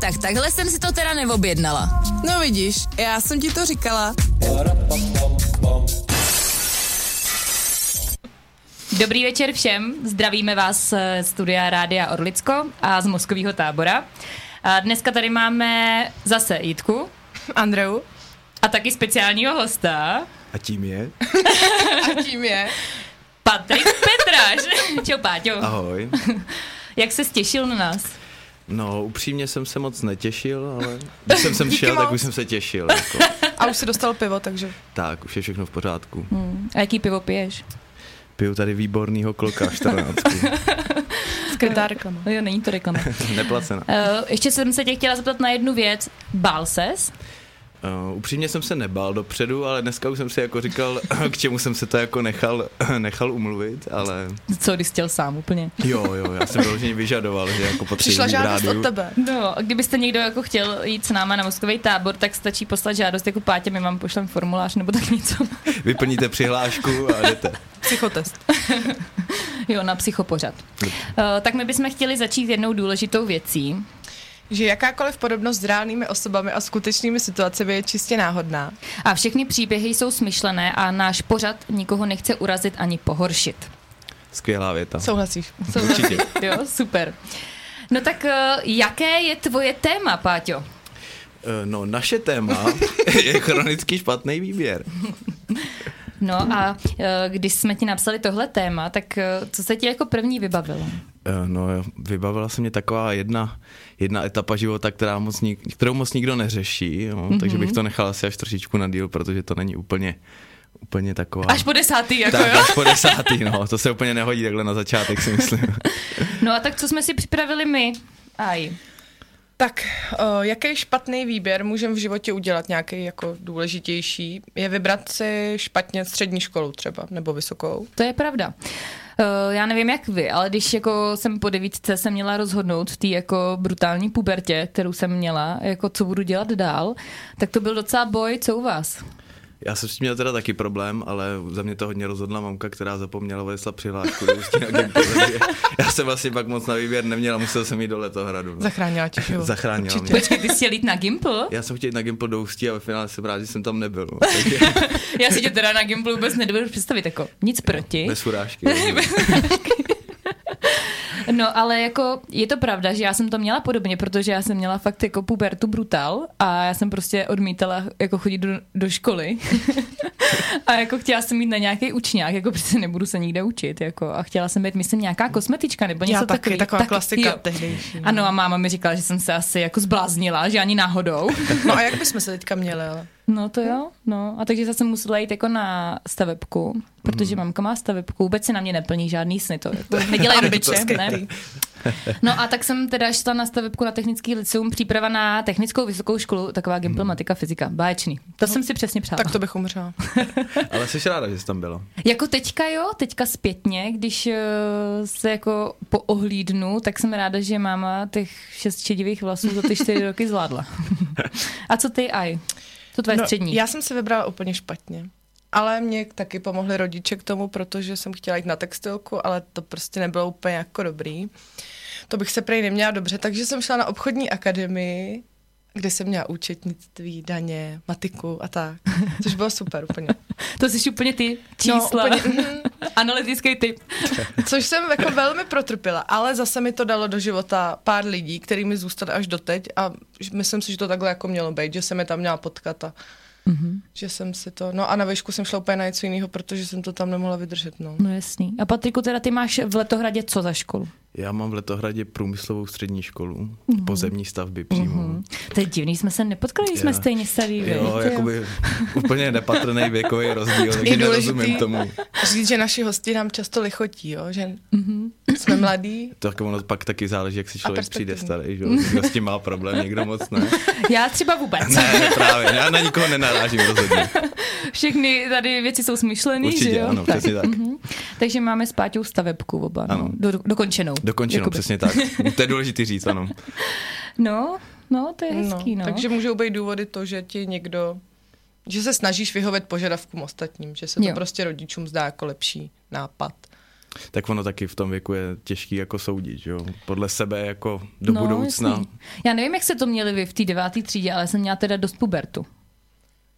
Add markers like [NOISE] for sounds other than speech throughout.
tak takhle jsem si to teda neobjednala. No vidíš, já jsem ti to říkala. Dobrý večer všem, zdravíme vás eh, z studia Rádia Orlicko a z mozkového tábora. A dneska tady máme zase Jitku Andreu. a taky speciálního hosta, A tím [LAUGHS] je. A tím je. Patrik Petráš. [LAUGHS] Čau, Páťo. Ahoj. Jak se stěšil na nás? No, upřímně jsem se moc netěšil, [LAUGHS] ale když jsem sem šel, tak moc. už jsem se [LAUGHS] těšil. Jako. A už si dostal pivo, takže. Tak, už je všechno v pořádku. Hm. A jaký pivo piješ? Piju tady výbornýho kloka 14. [LAUGHS] Skrytá reklama. No jo, není to [LAUGHS] reklama. Uh, Neplacena. ještě jsem se tě chtěla zeptat na jednu věc. Bál ses? Uh, upřímně jsem se nebál dopředu, ale dneska už jsem si jako říkal, [LAUGHS] k čemu jsem se to jako nechal, [LAUGHS] nechal umluvit, ale Co, když chtěl sám úplně? jo, jo, já jsem vyloženě vyžadoval, že jako potřebuji Přišla v žádost rádiu. od tebe. No, a kdybyste někdo jako chtěl jít s náma na mozkový tábor, tak stačí poslat žádost jako Pátě, my vám pošlem formulář nebo tak něco. [LAUGHS] Vyplníte přihlášku a jdete. [LAUGHS] Psychotest. Jo, na psychopořad. Uh, tak my bychom chtěli začít jednou důležitou věcí. Že jakákoliv podobnost s reálnými osobami a skutečnými situacemi je čistě náhodná. A všechny příběhy jsou smyšlené a náš pořad nikoho nechce urazit ani pohoršit. [LAUGHS] Skvělá věta. Souhlasíš? Určitě. Jo, super. No tak eh, jaké je tvoje téma, Páťo? Eh, No, naše [LAUGHS] téma je chronický špatný výběr. No a eh, když jsme ti napsali tohle téma, tak eh, co se ti jako první vybavilo? Eh, No, vybavila se mě taková jedna, jedna etapa života, která moc nik, kterou moc nikdo neřeší, jo, mm-hmm. takže bych to nechal asi až trošičku na díl, protože to není úplně, úplně taková... Až po desátý, jako tak, jo? až po desátý, no, to se úplně nehodí takhle na začátek, si myslím. No a tak co jsme si připravili my? Aj. Tak, o, jaký špatný výběr můžeme v životě udělat, nějaký jako důležitější, je vybrat si špatně střední školu třeba, nebo vysokou. To je pravda. Eh, Já nevím jak vy, ale když jako jsem po devítce se měla rozhodnout v té jako brutální pubertě, kterou jsem měla, jako co budu dělat dál, tak to byl docela boj, co u vás? Já jsem s tím měl teda taky problém, ale za mě to hodně rozhodla mamka, která zapomněla odeslat přihlášku do Ústí nad Děmpou, takže Já jsem vlastně pak moc na výběr neměl, a musel jsem jít do Letohradu. No. Zachránila tě život. Zachránila mě. Počkej, ty jsi chtěl jít na Gimple? Já jsem chtěl jít na Gimple do Ústí a ve finále jsem rád, že jsem tam nebyl. No. Takže Já si tě teda na Gimple vůbec nedovedu představit, jako nic proti. bez urážky. No ale jako je to pravda, že já jsem to měla podobně, protože já jsem měla fakt jako pubertu brutál a já jsem prostě odmítala jako chodit do, do školy [LAUGHS] a jako chtěla jsem jít na nějaký učňák, jako přece nebudu se nikde učit jako a chtěla jsem být, myslím, nějaká kosmetička nebo něco Já taky, takový, taková klasika jo. tehdejší. Ano a máma mi říkala, že jsem se asi jako zbláznila, že ani náhodou. No a jak bychom se teďka měli, ale? No to jo, no. A takže zase musela jít jako na stavebku, protože Hmm. mamka má stavebku, vůbec se na mě neplní žádný sny, to [LAUGHS] jako nedělají rodiče, Ambice, ne? skrytý. No a tak jsem teda šla na stavebku na technický liceum, příprava na technickou vysokou školu, taková gimplomatika, fyzika, báječný. To jsem si přesně přála. Hmm. No. Tak to bych umřela. Ale jsi ráda, že jsi tam byla. Jako teďka jo, teďka zpětně, když eh, se jako poohlídnu, tak jsem ráda, že máma těch šest šedivých vlasů za [LAUGHS] ty čtyři roky zvládla. a co ty, Aj? To tvoje no, střední. já jsem se vybrala úplně špatně. Ale mě taky pomohli rodiče k tomu, protože jsem chtěla jít na textilku, ale to prostě nebylo úplně jako dobrý. To bych se prej neměla dobře, takže jsem šla na obchodní akademii, kde jsem měla účetnictví, daně, matiku a tak. Což bylo super úplně. To jsi úplně ty [LAUGHS] čísla. No, úplně, mhm. Analytický typ. Což jsem jako velmi protrpěla, ale zase mi to dalo do života pár lidí, který mi zůstali až doteď a ž- myslím si, že to takhle jako mělo být, že jsem je tam měla potkat a mm-hmm. že jsem si to, no a na výšku jsem šla úplně na něco jiného, protože jsem to tam nemohla vydržet, no. No jasný. A Patriku, teda ty máš v Letohradě co za školu? Já mám v Letohradě průmyslovou střední školu, pozemní stavby přímo. Mhm. To je divný, jsme se nepotkali, když jsme Jo. stejně starý. Jo, jakoby úplně nepatrný věkový rozdíl, takže Je nerozumím důležitý tomu. říct, že naši hosti nám často lichotí, jo, že mm-hmm. jsme mladí, Tak jako ono pak taky záleží, jak si člověk přijde perspektivní. starý, že jo? Někdo s tím má problém, někdo moc ne. Já třeba vůbec. Ne, ne, právě, já na nikoho nenarážím rozhodně. Všechny tady věci jsou smyšlený, že Určitě, jo? ano, přesně tak. Takže máme s Páťou stavebku oba, no. Ano. Do, dokončenou. Dokončeno, Jakoby. přesně tak. To je důležité říct, ano. No, no, to je hezký, no. takže můžou být důvody to, že ti někdo že se snažíš vyhovět požadavkům ostatním, že se to Jo. prostě rodičům zdá jako lepší nápad. tak ono taky v tom věku je těžký jako soudit, že jo? Podle sebe jako do no, budoucna. jasný. Já nevím, jak se to měli vy v té deváté třídě, ale jsem měla teda dost pubertu.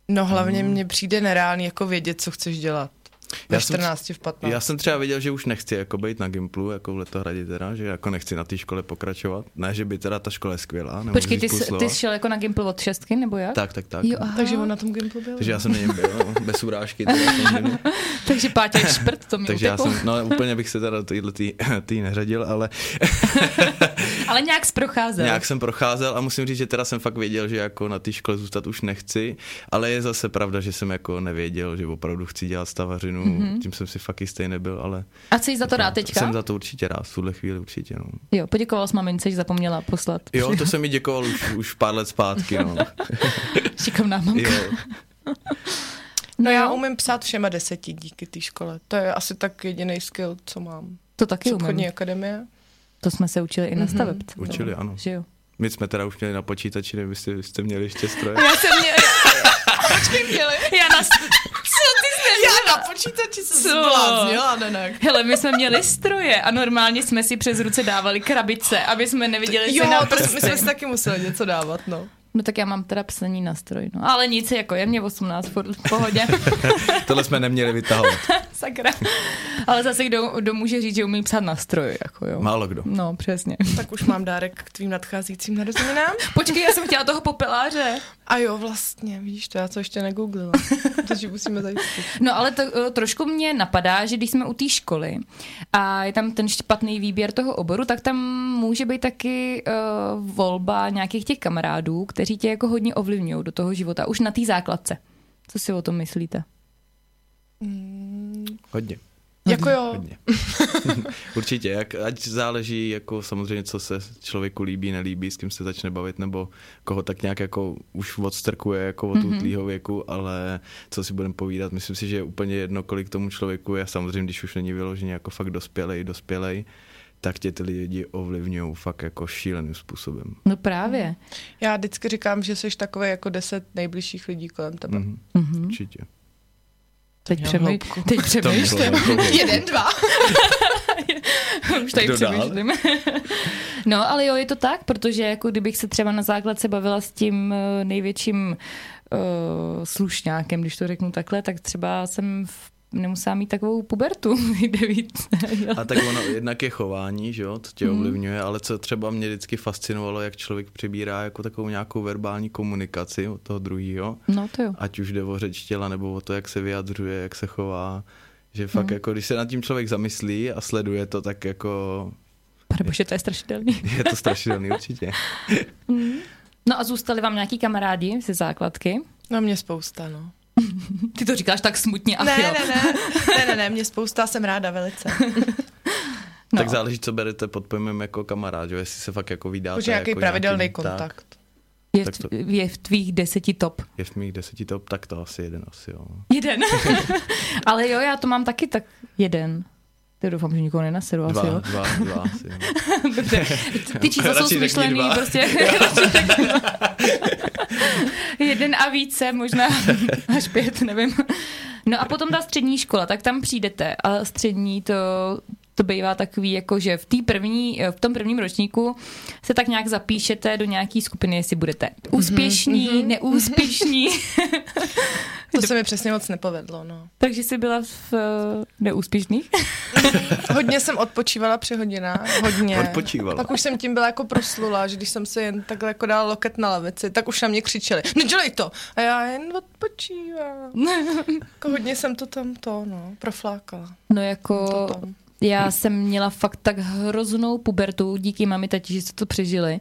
No hlavně mně přijde nereálný jako vědět, co chceš dělat. Ve Mm. Já jsem- 14, v 15. Já jsem třeba věděl, že už nechci jako být na Gimplu, jako v Letohradě teda, že jako nechci na té škole pokračovat. Ne, že by teda ta škola je skvělá. nemůžu Počkej, říct ty, půl jsi, slova. ty jsi šel jako na Gimple od šestky, nebo jak? Tak, tak, tak. Jo, aha. Takže on na tom Gimplu byl. Takže já jsem na něm byl, no, bez urážky. [LAUGHS] Teda, samozřejmě. No, Takže Páťa je šprt, [LAUGHS] to mi Takže já uteklo. jsem, no úplně bych se teda do téhle tý, [LAUGHS] tý neřadil, ale Ale nějak zprocházel. nějak jsem procházel a musím říct, že teda jsem fakt věděl, že jako na té škole zůstat už nechci, ale je zase pravda, že jsem jako nevěděl, že opravdu chci dělat stavařinu, mm-hmm. tím jsem si fakt jistý nebyl, ale A co jí za Mhm. to rád teďka? jsem za to určitě rád, v tuhle chvíli určitě, no. Jo, poděkoval jsi mamince, že zapomněla poslat. Jo, to jsem mi děkoval už, už pár let zpátky, no. Šikovná mamka. Jo. No já jo, umím psát všema deseti díky té škole. To je asi tak jediný skill, co mám. To taky Obchodní umím. akademie. To jsme se učili i Mhm. na stavebce. Učili, ano. Že jo. My jsme teda už měli na počítači, nevím, jestli jste měli ještě stroje. Já jsem měla... Počkej, měli. Já na... Co ty jsi neměla? počítači se Co? zbláznila, Nenek. Hele, my jsme měli stroje a normálně jsme si přes ruce dávali krabice, aby jsme neviděli, Jo, si na to jsme- my prsty. [LAUGHS] jsme si taky museli něco dávat, no. No tak já mám teda psaní na stroj, no. Ale nic, jako je mě 18, furt v [LAUGHS] pohodě. Tohle jsme neměli vytahovat. Sakra. Ale zase kdo, kdo může říct, že umí psát na stroji, jako jo. Málo kdo. No, přesně. Tak už mám dárek k tvým nadcházícím narozeninám. Počkej, já jsem chtěla toho popeláře. A jo, vlastně, vidíš, to já to ještě negooglila. Takže musíme zajistit. [LAUGHS] No ale to eh, trošku mě napadá, že když jsme u té školy a je tam ten špatný výběr toho oboru, tak tam může být taky uh, volba nějakých těch kamarádů, kteří tě jako hodně ovlivňují do toho života, už na té základce. Co si o tom myslíte? Hodně. Jako jo, Hodně. [LAUGHS] Určitě, jak, ať záleží jako samozřejmě, co se člověku líbí, nelíbí, s kým se začne bavit, nebo koho tak nějak jako už odstrkuje jako od útlýho věku, ale co si budeme povídat, myslím si, že je úplně jedno, kolik tomu člověku je, samozřejmě, když už není vyloženě jako fakt dospělej, dospělej, tak tě ty lidi ovlivňují fakt jako šíleným způsobem. No právě. já vždycky říkám, že jsi takový jako deset nejbližších lidí kolem tebe. Mhm. Mhm. Určitě. Teď, Měl přemý... hloubku. teď přemýšlím. jako Jeden, dva. [LAUGHS] Už tady Kdo dál? přemýšlím. no, ale jo, je to tak, protože jako kdybych se třeba na základce bavila s tím eh, největším uh, slušňákem, když to řeknu takhle, tak třeba jsem v nemusela mít takovou pubertu [LAUGHS] v devítce. A tak ono jednak je chování, že jo, to tě ovlivňuje, ale co třeba mě vždycky fascinovalo, jak člověk přibírá jako takovou nějakou verbální komunikaci od toho druhého, No to jo. ať už jde o řeč těla nebo o to, jak se vyjadřuje, jak se chová, že fakt jako, když se nad tím člověk zamyslí a sleduje to, tak jako [LAUGHS] Pane bože, to je strašidelný. je to strašidelný určitě. No a zůstali vám nějaký kamarádi ze základky? No mě spousta, no. Ty to říkáš tak smutně, ach Ne, jo. ne, ne, ne, ne, ne, mě spousta, jsem ráda [LAUGHS] velice. No. Tak záleží, co berete pod pojmem jako kamarád, že jo, jestli se fakt jako vydáte. Už nějaký jako pravidelný nějakým- Tak, kontakt. Je, tak v, to- je v tvých deseti top. je v mých deseti to, tak to asi jeden asi, jo. [LAUGHS] Jeden. [LAUGHS] ale jo, já to mám taky tak jeden. Ty doufám, že nikoho nenaseru asi, Dva, jo. dva, dva asi. jo. Dobře. Ty čísla Radši jsou řekni smyšlený, dva. prostě. [LAUGHS] Radši řekni dva. Jeden a více, možná [LAUGHS] až pět, nevím. No a potom ta střední škola, tak tam přijdete a střední to to bývá takový, jako že v, tý první, v tom prvním ročníku se tak nějak zapíšete do nějaký skupiny, jestli budete úspěšní, neúspěšní. [LAUGHS] To se mi přesně moc nepovedlo, no. Takže jsi byla v eh, neúspěšných? Hodně jsem odpočívala při hodinách, hodně. Odpočívala. Pak už jsem tím byla jako proslula, že když jsem se jen takhle jako dala loket na lavici, tak už na mě křičeli, nedělej to! A já jen [LAUGHS] odpočívám. Jako hodně jsem to tam to, no, proflákala. No jako... To tam. Já jsem měla fakt tak hroznou pubertu, díky mami tati, že jste to přežili,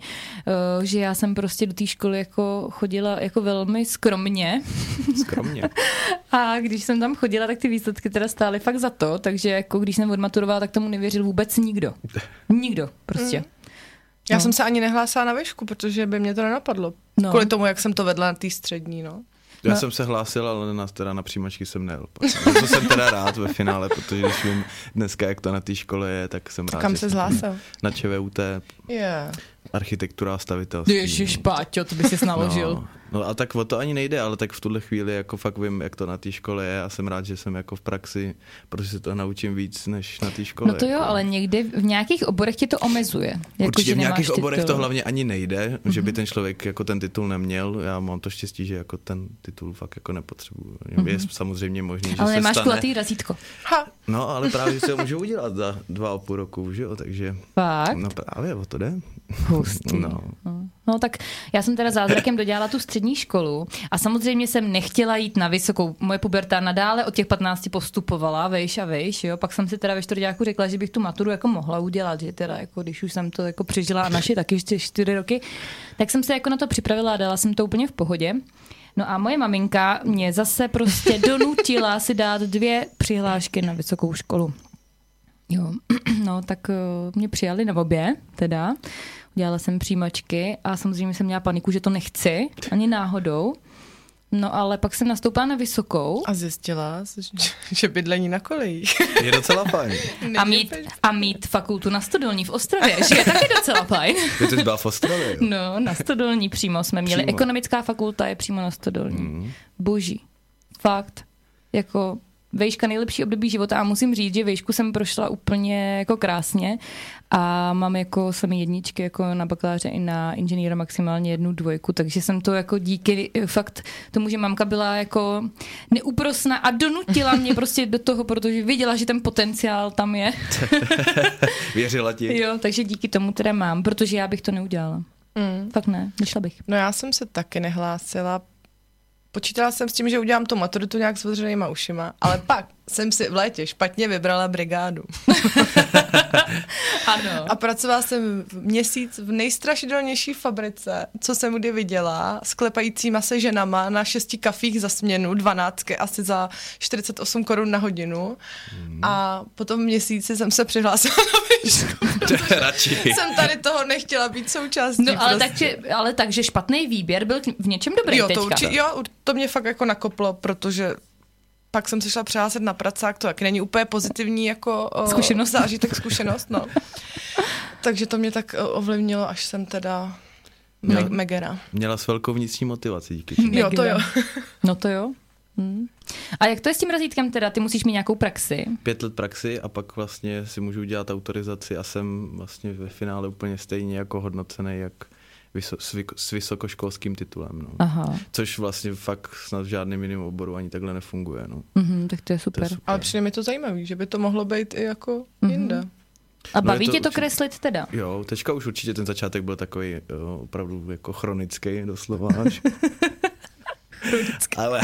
eh, že já jsem prostě do té školy jako chodila jako velmi skromně Skromně. a když jsem tam chodila, tak ty výsledky teda stály fakt za to, takže jako když jsem odmaturovala, tak tomu nevěřil vůbec nikdo. Nikdo prostě. Mm. Já No. no. jsem se ani nehlásila na výšku, protože by mě to nenapadlo. No. No. Kvůli tomu, jak jsem to vedla na té střední, no. Já No. jsem se hlásil, ale na, teda na přijímačky jsem nejel. Na To jsem teda rád ve finále, protože když vím dneska, jak to na té škole je, tak jsem rád, Kam že se jsem zhlásil? Na ČVUT Yeah. architektura a stavitelství. Páťo, to by si No, No a tak o to ani nejde, ale tak v tuhle chvíli jako fakt vím, jak to na té škole je a jsem rád, že jsem jako v praxi, protože se to naučím víc než na té škole. No to jo, jako. ale někdy v nějakých oborech tě to omezuje. Jako, Určitě že v nemáš Mhm. nějakých oborech titul. to hlavně ani nejde, že by ten člověk jako ten titul neměl. Já mám to štěstí, že jako ten titul fakt jako nepotřebuju. Je samozřejmě možný, že Mhm. Ale se nemáš stane. kulatý razítko. Ha, No, ale právě si ho můžu udělat za dva a půl roku, že jo, takže... Fakt? No právě, o to jde. Hustý. No. No tak já jsem teda zázrakem dodělala tu střední školu a samozřejmě jsem nechtěla jít na vysokou. Moje puberta nadále od těch 15 postupovala vejš a vejš, jo. Pak jsem si teda ve čtvrtáku řekla, že bych tu maturu jako mohla udělat, že teda jako když už jsem to jako přežila a naše taky ještě čtyři roky, tak jsem se jako na to připravila a dala jsem to úplně v pohodě. No a moje maminka mě zase prostě donutila si dát dvě přihlášky na vysokou školu. Jo, [CLEARS THROAT] no tak eh, mě přijali na obě, teda. Udělala jsem přijímačky a samozřejmě jsem měla paniku, že to nechci, ani náhodou. No ale pak jsem nastoupila na vysokou a zjistila, [LAUGHS] že- že bydlení na kolejích. Je docela fajn. Není a mít, úplně- a mít fakultu na Stodolní v Ostravě, že je taky docela fajn. Ty jsi byla v [LAUGHS] Ostravě, jo? No, na Stodolní přímo jsme měli. Přímo. Mhm. Ekonomická fakulta je přímo na Stodolní. Boží. Fakt. Jako vejška nejlepší období života a musím říct, že vejšku jsem prošla úplně jako krásně a mám jako samý jedničky jako na bakaláře i na inženýra maximálně jednu dvojku, takže jsem to jako díky eh, fakt tomu, že mamka byla jako neúprosná a donutila mě [LAUGHS] prostě do toho, protože viděla, že ten potenciál tam je. Věřila ti? Jo, takže díky tomu teda mám, protože já bych to neudělala. Mm. Fakt ne, nešla bych. No já jsem se taky nehlásila. Počítala jsem s tím, že udělám tu maturitu nějak s otevřenýma ušima, [LAUGHS] ale pak jsem si v létě špatně vybrala brigádu. Ano. A pracovala jsem v měsíc v nejstrašidelnější fabrice, co jsem kdy viděla, s klepajícíma se ženama na šesti kafích za směnu, dvanáctky asi za 48 korun na hodinu. A potom měsíci jsem se přihlásila na [LAUGHS] výšku. [LAUGHS] Radši. Jsem tady toho nechtěla být součástí. No ale, prostě. takže, ale takže špatný výběr byl k- v něčem dobrý jo, teďka. to určitě, jo, ur- to mě fakt jako nakoplo, protože pak jsem se šla přihlásit na pracák, to jak není úplně pozitivní jako o, Zkušenost. zážitek, [LAUGHS] zkušenost, no. Takže to mě tak o, ovlivnilo, až jsem teda No. Měla- me- megera. Měla s velkou vnitřní motivací díky Hmm. tomu. Jo, to jo. No to jo. Hmm. A jak to je s tím razítkem teda? Ty musíš mít nějakou praxi. Pět let praxi a pak vlastně si můžu udělat autorizaci a jsem vlastně ve finále úplně stejně jako hodnocený jak vyso- s, vyko- s vysokoškolským titulem. No. Aha, Což vlastně fakt snad v žádném jiném oboru ani takhle nefunguje. No. mhm, tak to je To je super. super. Ale přijde mi to zajímavý, že by to mohlo být i jako Mhm. jinde. A No je baví to tě to určitě- kreslit teda? Jo, teďka už určitě ten začátek byl takový jo, opravdu jako chronický doslova. Až. ale,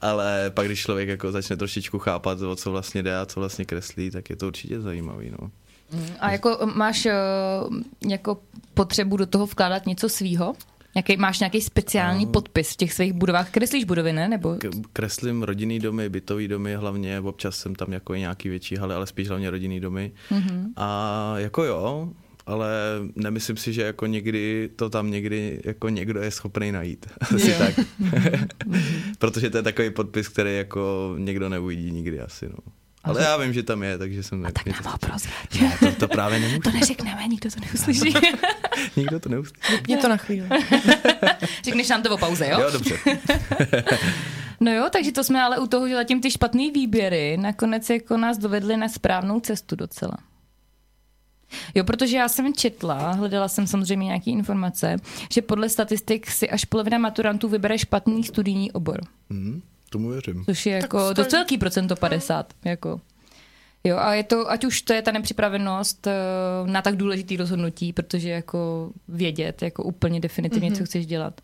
ale pak, když člověk jako začne trošičku chápat, o co vlastně jde a co vlastně kreslí, tak je to určitě zajímavý. No. A jako máš eh, jako potřebu do toho vkládat něco svýho? Jaký, máš nějaký speciální podpis v těch svých budovách? Kreslíš budovy, ne? Nebo... K- No. Kreslím rodinný domy, bytový domy hlavně, občas jsem tam jako i nějaký větší haly, ale spíš hlavně rodinný domy. Mm-hmm. A jako jo, ale nemyslím si, že jako někdy to tam někdy jako někdo je schopný najít. [LAUGHS] Asi Jo. tak. [LAUGHS] Protože to je takový podpis, který jako někdo neuvidí nikdy asi, no. Ale já vím, že tam je, takže jsem... A tak mě nám ho prozrať. Ne, to, to právě To nemůžu, neřekneme, nikdo to neuslyší. [LAUGHS] nikdo to neustí. Mě to [LAUGHS] na chvíli. Řekneš nám to o pauze, Jo, dobře. No jo, takže to jsme ale u toho, že zatím ty špatný výběry nakonec jako nás dovedly na správnou cestu docela. Jo, protože já jsem četla, hledala jsem samozřejmě nějaké informace, že podle statistik si až polovina maturantů vybere špatný studijní obor, Hm, tomu věřím. což je jako dost velký procento 50. Jako. Jo, a je to, ať už to je ta nepřipravenost eh, na tak důležitý rozhodnutí, protože jako vědět, jako úplně definitivně, mm-hmm. co chceš dělat.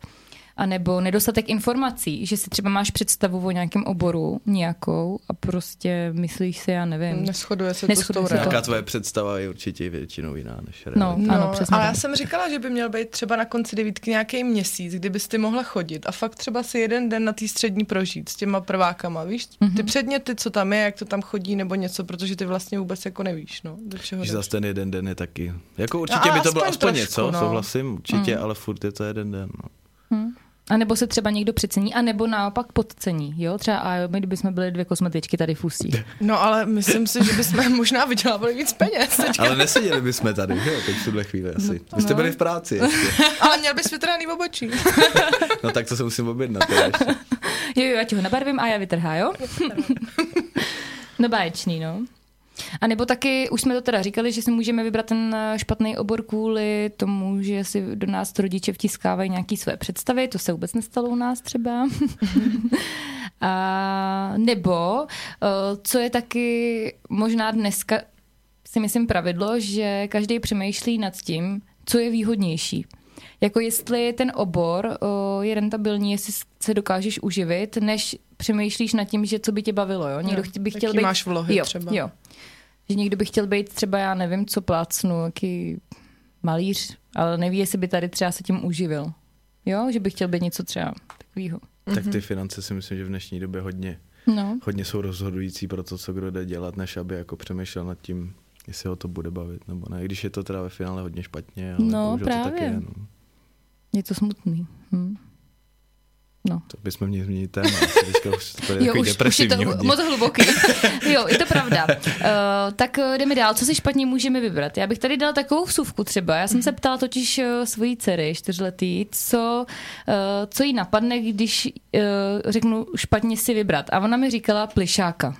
A nebo nedostatek informací, že si třeba máš představu o nějakém oboru nějakou a prostě myslíš si, já nevím. Neschoduje se to s Neshoduje tou se to. realitou. Nějaká tvoje představa je určitě většinou jiná než No, realita. no ano, přesně. ale já tak. jsem říkala, že by měl být třeba na konci devítky nějaký měsíc, kdybys ty mohla chodit a fakt třeba si jeden den na té střední prožít s těma prvákama, víš? Mm-hmm. Mhm. Ty předměty, co tam je, jak to tam chodí nebo něco, protože ty vlastně vůbec jako nevíš, no, do čeho Že jdeš. zase ten jeden den je taky. No, Jako určitě by to aspoň bylo aspoň trošku, něco, no. Mm. souhlasím, určitě, ale furt je to jeden den. No. A nebo se třeba někdo přecení, a nebo naopak podcení. Jo? Třeba a my, kdyby jsme byli dvě kosmetičky tady v ústí. No ale myslím si, že bychom [LAUGHS] možná vydělávali víc peněz. teďka. Ale neseděli bychom tady, že jo, teď v tuhle No, chvíli asi. Vy jste byli v práci ještě. Ale měl bys vytrhaný obočí. No tak to se musím objednat. teda ještě. Jo, jo, já ti ho nabarvím a já vytrhá, jo? no báječný, no. A nebo taky, už jsme to teda říkali, že si můžeme vybrat ten eh, špatný obor kvůli tomu, že si do nás rodiče vtiskávají nějaký své představy, to se vůbec nestalo u nás třeba. [LAUGHS] A nebo, eh, co je taky možná dneska, si myslím pravidlo, že každý přemýšlí nad tím, co je výhodnější. Jako jestli ten obor o, je rentabilní, jestli se dokážeš uživit, než přemýšlíš nad tím, že co by tě bavilo. Jo? [LAUGHS] Někdo Jo, by jaký chtěl být... máš vlohy jo, třeba. Jo. Že někdo by chtěl být třeba, já nevím, co plácnu, jaký malíř, ale neví, jestli by tady třeba se tím uživil. Jo, že by chtěl být něco třeba takového. Tak ty finance si myslím, že v dnešní době hodně, No. hodně jsou rozhodující pro to, co kdo jde dělat, než aby jako přemýšlel nad tím, jestli ho to bude bavit nebo ne. I když je to teda ve finále hodně špatně, ale No, bohužel to tak právě. je. No. Je to smutný. Hm. To bychom měli změnit téma. asi Teďka už to bude Jo, takový už, už je depresivní to hodně. moc [LAUGHS] hluboký. jo, je to pravda. Uh, tak eh, jdeme dál. Co si špatně můžeme vybrat? Já bych tady dala takovou vsuvku třeba. Já jsem se ptala totiž uh, svojí dcery, čtyřletý, co, uh, co jí napadne, když uh, řeknu špatně si vybrat. A ona mi říkala plišáka.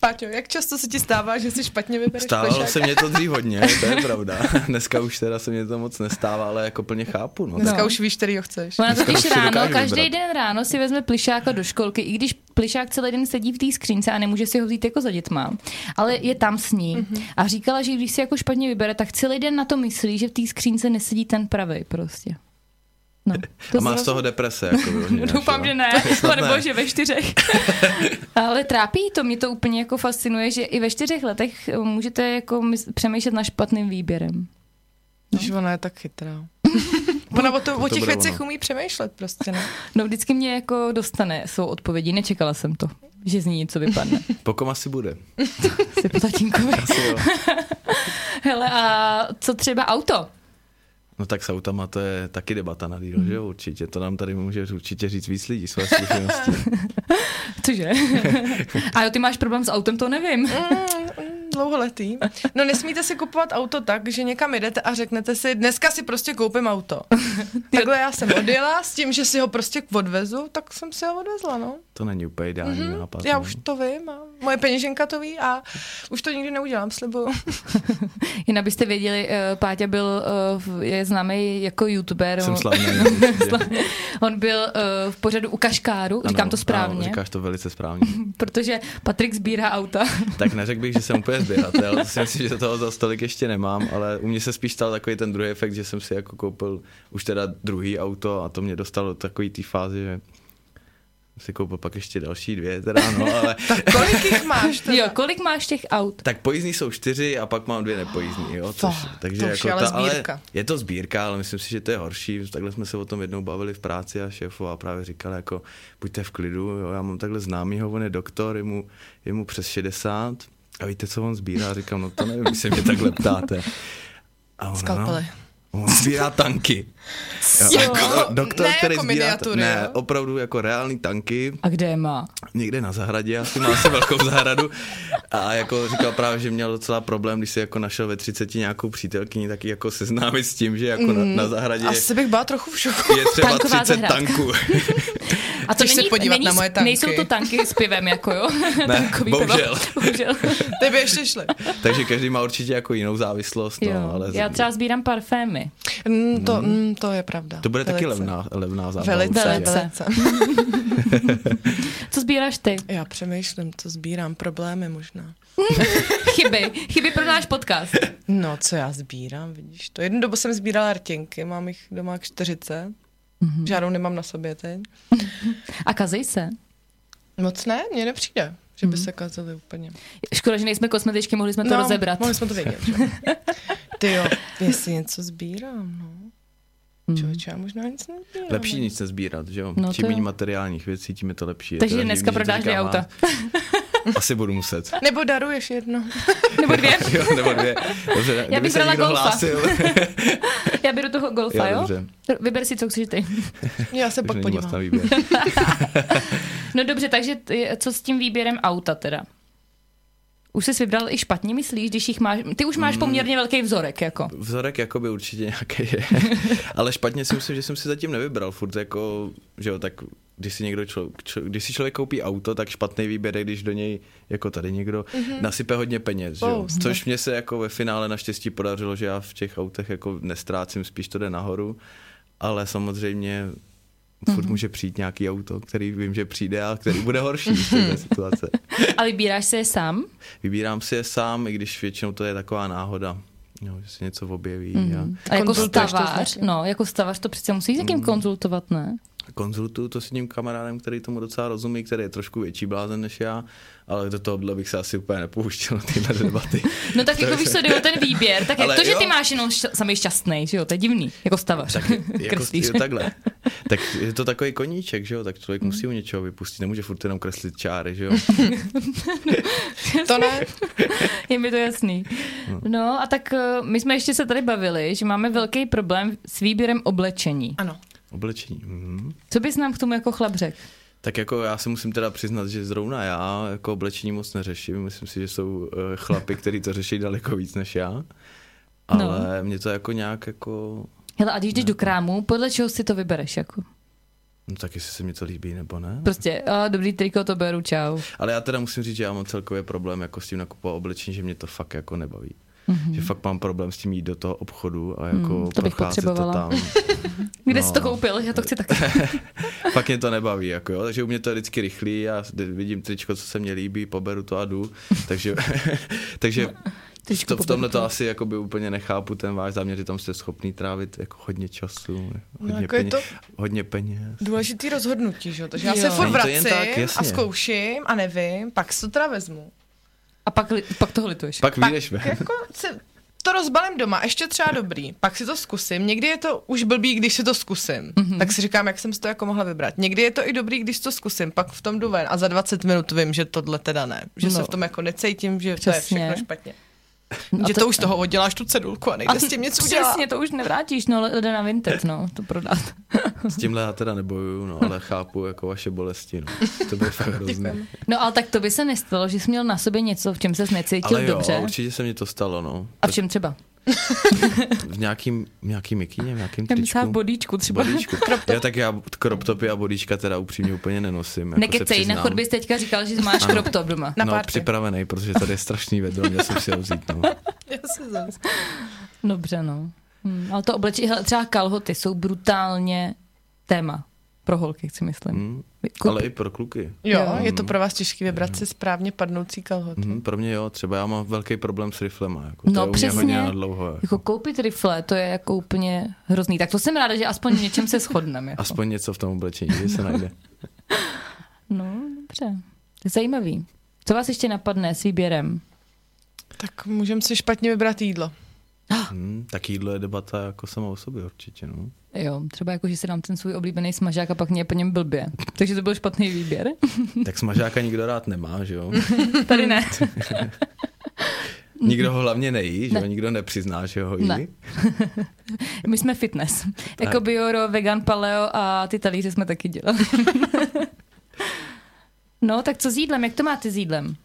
Páťo, jak často se ti stává, že si špatně vybereš Stávalo plešák? se mě to dřív hodně, to je [LAUGHS] pravda. Dneska už teda se mě to moc nestává, ale jako plně chápu. No. Dneska No. už víš, který ho chceš. Ona Dneska totiž už si ráno, dokážu každý vybrat. den ráno si vezme plišáka do školky, i když plišák celý den sedí v té skřínce a nemůže si ho vzít jako za dětma, ale je tam s ní. A říkala, že když si jako špatně vybere, tak celý den na to myslí, že v té skřínce nesedí ten pravý prostě. [LAUGHS] No, A má z se- [LAUGHS] toho deprese. Jako, vyloženě, až, Doufám, jo. že ne, [LAUGHS] Snad nebo že ve [LAUGHS] čtyřech. Ale trápí jí to, mě to úplně jako fascinuje, že i ve čtyřech letech můžete jako mys- přemýšlet na špatným výběrem. Když ona je [LAUGHS] tak chytrá. Ona o, to, o To těch bude věcech ono. umí přemýšlet prostě, ne? No vždycky mě jako dostane svou odpovědí, nečekala jsem to, že z ní něco [LAUGHS] vypadne. Po kom asi bude. si po tatínkovi. Asi jo. [LAUGHS] Hele, a co třeba auto? No tak s autama to je taky debata na díl, Mhm. že jo, určitě. To nám tady může určitě říct víc lidí, své zkušenosti. [LAUGHS] Cože? [LAUGHS] a jo, ty máš problém s autem, to nevím. Mm, mm, dlouholetý. No nesmíte si kupovat auto tak, že někam jdete a řeknete si, dneska si prostě koupím auto. Takhle já jsem odjela s tím, že si ho prostě odvezu, tak jsem si ho odvezla, no. To není úplně ideální Mhm. mm-hmm. nápad. Já no. už to vím a moje peněženka to ví a už to nikdy neudělám, slibuju. Jen abyste věděli, eh, Páťa byl, eh, v- je známý jako youtuber. Jsem On- [LAUGHS] slavný. určitě. On byl eh, v pořadu u Kaškáru, Ano, říkám to Ano, správně, říkáš to velice správně. protože Patrik sbírá [LAUGHS] auta. Tak neřekl bych, že jsem úplně zběhatel, to si myslím, že toho za tolik ještě nemám, ale u mě se spíš stal takový ten druhý efekt, že jsem si jako koupil už teda druhý auto a to mě dostalo do takový té fázy, že jsem si koupil pak ještě další dvě teda, no, ale... Kolik jich máš? Teda? jo, kolik máš těch aut? Tak pojízdní jsou čtyři a pak mám dvě nepojízdní, jo, což, Fakt, takže to už jako je ale ta, sbírka. je to sbírka, ale myslím si, že to je horší, takhle jsme se o tom jednou bavili v práci a šéfová právě říkala jako, buďte v klidu, jo, já mám takhle známýho, on je doktor, je mu, je mu přes 60 a víte, co on sbírá, říkám, no to nevím, když se mě takhle ptáte. A ona, Skalpely. No, on sbírá [LAUGHS] tanky. Jo, jako, doktor, ne který jako sbírá, miniatury, ne, jo? opravdu jako reální tanky, A kde je má? někde na zahradě, asi má asi velkou zahradu. A jako říkal právě, že měl docela problém, když si jako našel ve 30 nějakou přítelkyni, taky jako seznámit s tím, že jako na, na zahradě je, Asi bych byla trochu v šoku. je třeba Mm-hmm. Tanková 30 zahrádka. tanků. [LAUGHS] A to Chceš se podívat na moje tanky? Nejsou to tanky s pivem, jako [LAUGHS] jo? Ne, Tankový bohužel. pivo. [LAUGHS] bohužel. [LAUGHS] Ty by ještě šli. Takže každý má určitě jako jinou závislost. jo, [LAUGHS] No, ale já třeba sbírám parfémy. Mm, to, mm, to je pravda. Hmm. To bude taky Velice. levná, levná zábava. Velice, určitě. Velice. velice. Co sbíráš ty? Já přemýšlím, co sbírám, problémy možná. Chyby. Chyby pro náš podcast. No, co já sbírám, vidíš to. Jednu dobu jsem sbírala rtěnky, mám jich doma jak 40. Mhm. Mm-hmm. Žádnou nemám na sobě teď. A kazej se. Moc ne, mně nepřijde, že by se kazily úplně. Škoda, že nejsme kosmetičky, mohli jsme Mhm. No to no, rozebrat. mohli jsme to vědět. že? [LAUGHS] Ty jo, jestli něco sbírám, no. Mhm. Člověče, já možná nic nezbírám. Lepší nic nezbírat, že jo? No, No, to Čím jo. méně materiálních věcí, tím je to lepší. Je Takže teda, že dneska když prodáš říká dvě Má- auta. Asi budu muset. [LAUGHS] Nebo daruješ jedno. Nebo dvě. jo, nebo dvě. Dobře, kdyby bych se brala někdo golfa. [LAUGHS] hlásil. Já beru toho golfa, Jo, jo? dobře. Vyber si, co chceš ty. Já se pak Takže není moc na podívám. výběr. No dobře, takže ty- co s tím výběrem auta teda? Už jsi vybral i špatně, myslíš, když jich máš... Ty už máš poměrně velký vzorek, jako. Vzorek jakoby určitě nějaký je. Ale špatně si myslím, že jsem si zatím nevybral. Furt jako, že jo, tak když si, někdo člo, člo, když si člověk koupí auto, tak špatný výběr je, když do něj, jako tady někdo, mm-hmm. nasype hodně peněz. Že jo? Spousta. Což mě se jako ve finále naštěstí podařilo, že já v těch autech jako nestrácím, spíš to jde nahoru. Ale samozřejmě furt mm-hmm. může přijít nějaký auto, který vím, že přijde a který bude horší v té situace. A vybíráš se je sám? Vybírám si je sám, i když většinou to je taková náhoda. Jo, že se něco objeví mm-hmm. a A jako Konzultuješ to stavař, značně. no, jako stavař to přece musíš s někým konzultovat, ne? konzultuju to s jedním kamarádem, který tomu docela rozumí, který je trošku větší blázen než já, ale do tohohle bych se asi úplně nepouštěl na tyhle debaty. No tak jako Takže- víš, co jde o ten výběr, tak jak Ale to, že jo. ty máš jenom šťa- samý šťastný, že jo, to je divný, jako stavař, Tak, [LAUGHS] jako, kreslíř. jo, takhle. tak je to takový koníček, že jo, tak člověk musí u něčeho vypustit, nemůže furt jenom kreslit čáry, že jo. [LAUGHS] To ne. [LAUGHS] Je mi to jasný. No a tak eh, my jsme ještě se tady bavili, že máme velký problém s výběrem oblečení. Ano. Oblečení. Mm. Co bys nám k tomu jako chlap řekl? Tak jako já se musím teda přiznat, že zrovna já jako oblečení moc neřeším, myslím si, že jsou eh, chlapy, kteří to řeší daleko víc než já. Ale no. mě to jako nějak jako Hele, a když jdeš do krámu, podle čeho si to vybereš? Jako? No tak jestli se mi to líbí nebo ne. Prostě, a, dobrý triko, to beru, čau. Ale já teda musím říct, že já mám celkově problém jako s tím nakupovat oblečení, že mě to fakt jako nebaví. Mm-hmm. Že fakt mám problém s tím jít do toho obchodu a jako mm, to bych procházet to potřebovala. tam. [LAUGHS] Kde No. jsi to koupil? Já to chci [LAUGHS] taky. fakt mě to nebaví, jako jo. Takže u mě to je vždycky rychlý, já d- vidím tričko, co se mně líbí, poberu to a jdu. Takže, [LAUGHS] takže v, Tričko to, v tomhle to poberu. asi jako by úplně nechápu ten váš záměr, že tam jste schopný trávit jako hodně času, hodně, jako je peněz, to- hodně peněz. Důležitý rozhodnutí, že jo? Takže já se Jo. furt Není to jen vracím tak, jasně. a zkouším a nevím, pak si to teda vezmu. A pak, li- pak toho lituješ. Pak vyjdeš [LAUGHS] ven. [LAUGHS] Jako se to rozbalím doma, ještě třeba dobrý, pak si to zkusím. Někdy je to už blbý, když si to zkusím. Mhm. Mm-hmm. Tak si říkám, jak jsem si to jako mohla vybrat. Někdy je to i dobrý, když to zkusím, pak v tom jdu ven a za 20 minut vím, že tohle teda ne. Že no. No. se v tom jako necítím, že Přesně. to je Přesně. všechno špatně. No a Že to [LAUGHS] už z toho odděláš tu cedulku a nejde s tím nic udělat. Přesně, to už nevrátíš, no, ale jde na Vinted, no, to prodat. [LAUGHS] S tímhle já teda nebojuju, no, ale chápu jako vaše bolesti, no. To bude fakt hrozné. No ale tak to by se nestalo, že jsi měl na sobě něco, v čem se necítil Ale jo, dobře. určitě se mi to stalo, no. A v čem třeba? V nějakým, nějakým mikině, v nějakým Já myslím, v tričku. bodíčku třeba. [LAUGHS] Bodíčku. Já tak já crop topy a bodíčka teda upřímně úplně nenosím. Jako Nekecej, na chod bys teďka říkal, že máš crop top doma. Na Na no, párty. připravený, protože tady je strašný vedro, měl jsem si ho vzít, no. Já se zas- Dobře, no. Hmm, ale to oblečení, hele, třeba kalhoty jsou brutálně téma pro holky, si myslím. Hm, [LAUGHS] Kup, ale i pro kluky. Jo, je to pro vás těžký vybrat si správně padnoucí kalhoty. Mhm. Hm, pro mě jo, třeba já mám velký problém s riflema, jako to No, je u mě přesně. hodně na [LAUGHS] dlouho. Jako. Jako koupit rifle, to je jako úplně hrozný. Tak to jsem ráda, že aspoň v něčem se shodneme. Jako. Aspoň něco v tom oblečení, že se najde. No, dobře. Zajímavý. Co vás ještě napadne s výběrem? Tak můžeme si špatně vybrat jídlo. Hm, tak jídlo je debata jako sama o sobě určitě, no. Jo, třeba jako, že si dám ten svůj oblíbený smažák a pak mě je po něm blbě. Takže to byl špatný výběr. Tak smažáka nikdo rád nemá, [LAUGHS] že jo. Tady ne. Nikdo ho hlavně nejí, že Ne. jo, nikdo nepřizná, že ho jí. Ne. My jsme fitness. Jako Tak. bioro, vegan, paleo a ty talíře jsme taky dělali. [LAUGHS] No, tak co s jídlem? Jak to máte s jídlem?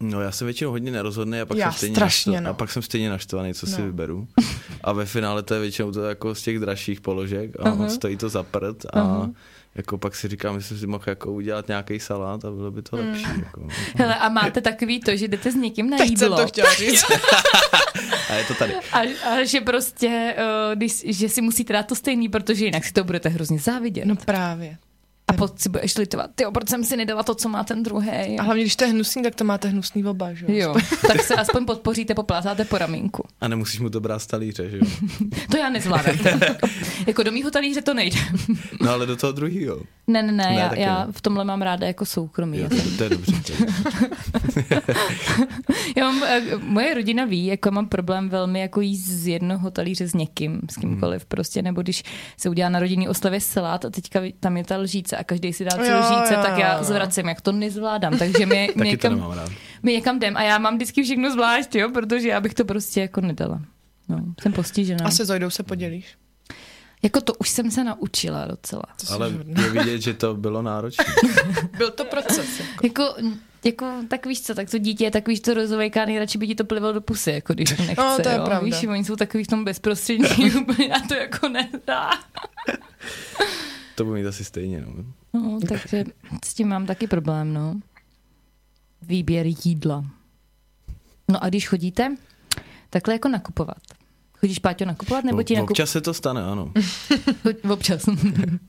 No já jsem většinou hodně nerozhodný a pak, Já jsem, stejně strašně, naštvaný, no. a pak jsem stejně naštvaný, co no. si No. vyberu. A ve finále to je většinou to jako z těch dražších položek a Aha. uh-huh. stojí to za prd a uh-huh. jako pak si říkám, jestli si mohl jako udělat nějaký salát a bylo by to lepší. Jako. Hele, a máte takový to, že jdete s někým na Teď jsem jídlo. [LAUGHS] to chtěla říct. A je to tady. A, a že prostě, uh, když, že si musíte dát to stejný, protože jinak si to budete hrozně závidět. No právě. A pod si budeš litovat, ty proč jsem si nedala to, co má ten druhý. A hlavně, když to je hnusný, tak to máte hnusný oba, že Jo, tak se aspoň podpoříte, poplácáte po ramínku. A nemusíš mu to brát z talíře, že jo? To já [LAUGHS] nezvládám. jako do mýho talíře to nejde. No ale do toho druhého. Ne, ne, ne, Ne, já, taky já ne. v tomhle mám ráda jako soukromí. Jo, to, to je dobře. To je. dobře. Já mám, eh, moje rodina ví, jako mám problém velmi jako jíst z jednoho talíře Hmm. s někým, s kýmkoliv prostě, nebo když se udělá na rodinný oslavě salát a teďka vi- tam je ta lžíce a a každý si dá Jo, cíl říct, jo, tak já jo. zvracím, jak to nezvládám. Takže my, [LAUGHS] my, Taky to někam, nemám rád. my někam jdem a já mám vždycky všechno zvlášť, jo, protože já bych to prostě jako nedala. No, jsem postižená. A se Zojdou se podělíš. Jako to už jsem se naučila docela. To jsi Ale hodná. je vidět, že to bylo náročné. Byl to proces. Jako. Jako, jako, tak víš co, tak to dítě je takový, že to rozvejká, nejradši by ti to plivalo do pusy, jako když to nechce. No, to je jo. pravda. Víš, oni jsou takový v tom bezprostřední, [LAUGHS] úplně a to jako nedá. To bude mít asi stejně. No. No, takže s tím mám taky problém, no. Výběr jídla. No a když chodíte, takhle jako nakupovat. Chodíš, Páťo, nakupovat, nebo ti Ob- nakup... No, Občas se to stane, ano. Občas.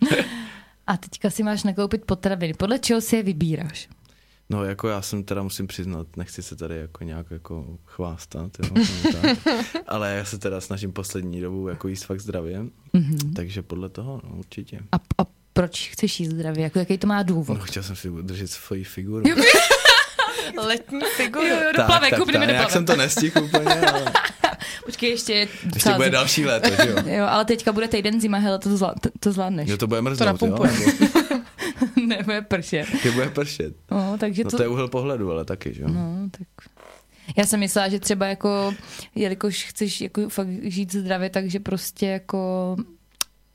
[LAUGHS] a teďka si máš nakoupit potraviny. Podle čeho si je vybíráš? No jako já jsem teda musím přiznat, nechci se tady jako nějak jako chvástat, jo, nebo tak. ale já se teda snažím poslední dobu jako jíst fakt zdravě, mm-hmm. takže podle toho no, určitě. A, a proč chceš jíst zdravě? Jako, jaký to má důvod? No chtěl jsem si udržet svoji figuru. Letní figuru. do plaveku, jdeme do nějak jsem to nestihl úplně, ale Počkej, ještě je ještě docela bude zim- další léto, že jo. Jo, ale teďka bude týden zima, hele, to, zvlá, to, to zvládneš. Jo, to bude To mrznout, jo? napumpuje. [LAUGHS] [LAUGHS] ne, bude pršet. Že bude pršet. No, takže No to... to je úhel pohledu, ale taky, že jo. No, tak... Já jsem myslela, že třeba jako, jelikož chceš jako fakt žít zdravě, takže prostě jako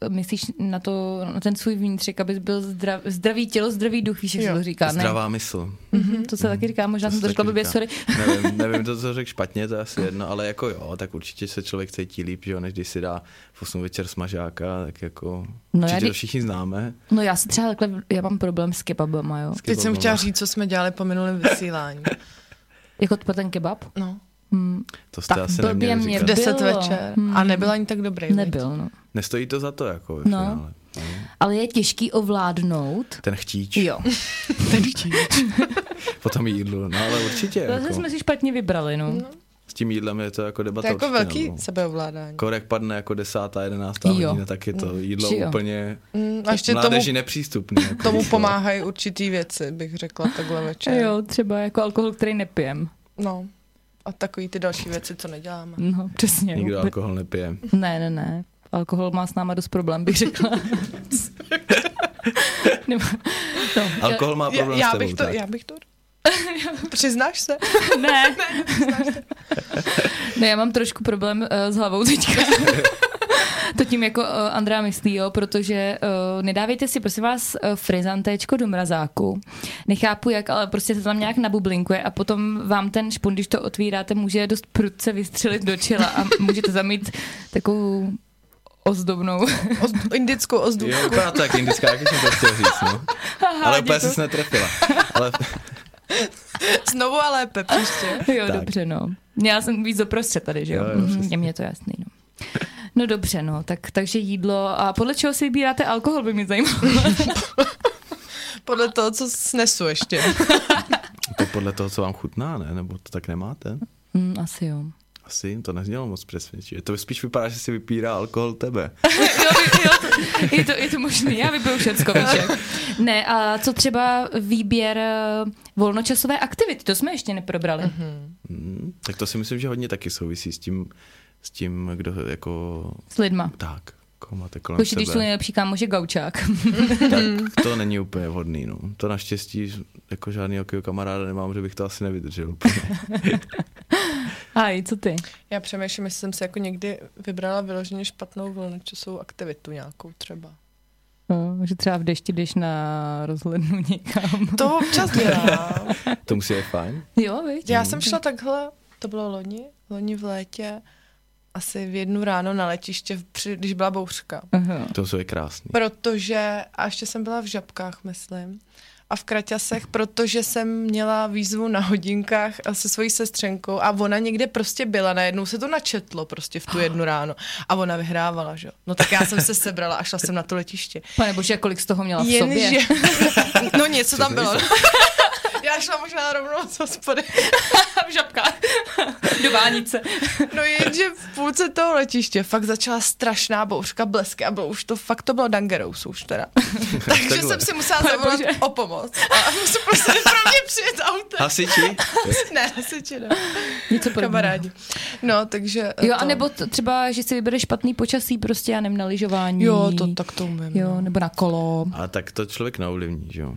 myslíš na, to, na ten svůj vnitřek, abys byl zdrav, zdravý tělo, zdravý duch, víš, jak se Jo. to říká, ne? Zdravá mysl. Mhm, to se taky říká, možná To jsem se to taky řekla blbě, říká. sorry. [LAUGHS] Nevím, nevím to, co řekl špatně, to je asi jedno, ale jako jo, tak určitě se člověk cítí líp, že jo, než když si dá v 8 večer smažáka, tak jako já no určitě kdy- to všichni známe. No já si třeba takhle, já mám problém s kebabama, jo. Teď jsem chtěla říct, co jsme dělali po minulém vysílání. Jako pro ten kebab? No, Hm, To jste tak asi blbě neměli mě říkat. v 10 Bylo. večer. Hmm. A nebyl ani tak dobrý. viď? nebyl, no. Nestojí to za to, jako ve No. no. finále. No. Ale je těžký ovládnout. Ten [LAUGHS] chtíč, Jo. Ten chtíč. potom jídlo, no ale určitě. Zase Jako, jsme si špatně vybrali, no. S tím jídlem je to jako To debata. je jako určitě, velký no. sebeovládání. Jako jak padne jako desátá, jedenáctá Jo. hodina, tak je to jídlo Že jo. úplně Mm, A ještě tomu, mládeži nepřístupné. Jako tomu víš, jo. pomáhají určitý věci, bych řekla takhle večer. Jo, třeba jako alkohol, který nepijem. No. A takový ty další věci, co neděláme. No, přesně. Nikdo Vůbec- alkohol nepije. Ne, ne, ne. Alkohol má s náma dost problém, bych [LAUGHS] řekla. Nebo, no, Alkohol má Já, problém s já, tebou, bych to, tak. já bych to... [LAUGHS] Přiznáš se? ne. ne, já mám trošku problém uh, s hlavou teďka. To tím jako uh, Andrea myslí, jo, protože uh, nedávejte si, prosím vás, uh, frizantéčko do mrazáku. Nechápu jak, ale prostě se tam nějak nabublinkuje a potom vám ten špun, když to otvíráte, může dost prudce vystřelit do čela a můžete zamít takovou ozdobnou. Ozdu, indickou ozdůvku. Jo, vypadá to jak indická, jak jsem to chtěl říct, no. Ale úplně děkuji. se netrefila. Ale Znovu a lépe [LAUGHS] příště. Jo, Tak. dobře, no. Já jsem víc doprostřed tady, že jo? Jo, jo, Mhm, přesně. Je mě to jasný, no. No dobře, no, tak, takže jídlo. A podle čeho si vybíráte alkohol, by mě zajímalo. Podle toho, co snesu ještě. to podle toho, co vám chutná, ne? Nebo to tak nemáte? Mm, asi jo. Asi to neznělo moc přesvědčivě. To spíš vypadá, že si vypírá alkohol tebe. jo, jo, to, je, to, je to možný, já vypiju všecko, víš jak. [LAUGHS] Ne, a co třeba výběr eh, volnočasové aktivity, to jsme ještě neprobrali. Hmm. Tak to si myslím, že hodně taky souvisí s tím, s tím kdo jako... S lidma. Tak, koho máte kolem Už když tu sebe. nejlepší kámoš je gaučák. Tak to není úplně vhodný, no. To naštěstí jako žádný hokejový kamaráda nemám, že bych to asi nevydržel. úplně. [LAUGHS] Aj, co ty? Já přemýšlím, jestli jsem si jako někdy vybrala vyloženě špatnou volnočasovou aktivitu nějakou třeba. No, že třeba v dešti jdeš na rozhlednu někam. To občas [LAUGHS] dělám. To musí být fajn. Jo, víš? Já jsem šla takhle, to bylo loni, loni v létě, asi v jednu ráno na letiště, v- při- když byla bouřka. Aha. To jsou je krásný. Protože, a ještě jsem byla v žabkách, myslím, a v kraťasech, protože jsem měla výzvu na hodinkách a se svojí sestřenkou a ona někde prostě byla, najednou se to načetlo prostě v tu jednu ráno a ona vyhrávala, že jo. No tak já jsem se sebrala a šla jsem na to letiště. [LAUGHS] Pane bože, kolik z toho měla v sobě? Jenže, no něco tam bylo. [LAUGHS] já šla možná rovnou z hospody. v [LAUGHS] žabkách. Do vánice. No jenže v půlce toho letiště fakt začala strašná bouřka, blesky a bylo už to, fakt to bylo Dangerous už teda. Takže Takhle. jsem si musela Pane zavolat bože. o pomoc. A musel prostě [LAUGHS] pro mě přijet autem. Hasiči? Ne, hasiči, ne. Něco Kamarádi. No, takže... Jo, to- anebo t- třeba, že si vybere špatný počasí, prostě já nevím, na lyžování. Jo, to tak to umím. no. Jo, nebo na kolo. A tak to člověk neovlivní, že jo?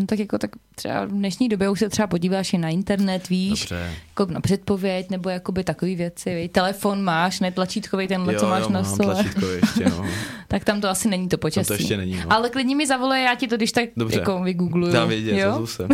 No tak jako tak třeba v dnešní době už se třeba podíváš i na internet, víš, Dobře. jako na předpověď, nebo jakoby takový věci, víš. Telefon máš, ne tlačítkový tenhle, jo, co máš jo, na mám stole. tlačítko [LAUGHS] ještě, no. Tak tam to asi není to počasí. Tam to ještě není, no. Ale klidně mi zavolej, já ti to když tak Dobře. jako vygoogluju. Dám vědět, jo? zazvu se.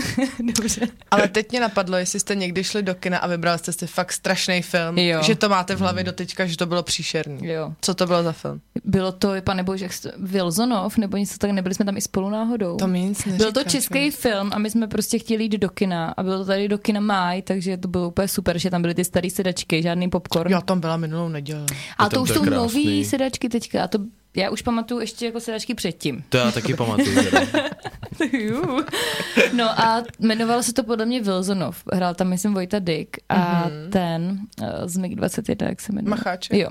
Dobře. Ale teď mě napadlo, jestli jste někdy šli do kina a vybrali jste si fakt strašný film, Jo. že to máte v hlavě do teďka, že to bylo příšerný. Jo. Co to bylo za film? Bylo to, pane bože, jak se to- Wilsonov, nebo něco tak, nebyli jsme tam i spolu náhodou. To mi nic neříká, Byl to český film a my jsme prostě chtěli jít do kina a bylo to tady do kina máj, takže to bylo úplně super, že tam byly ty staré sedačky, žádný popcorn. Já tam byla minulou neděli. a A tam to už to je jsou krásný. nový sedačky teďka a to já už pamatuju ještě jako sedačky předtím. [LAUGHS] To já taky pamatuju. Teda. Jú. [LAUGHS] no a jmenovalo se to podle mě Wilsonov. Hrál tam, myslím, Vojta Dick a mm-hmm. ten uh, z MiG-21, jak se jmenuje. Macháček. Jo.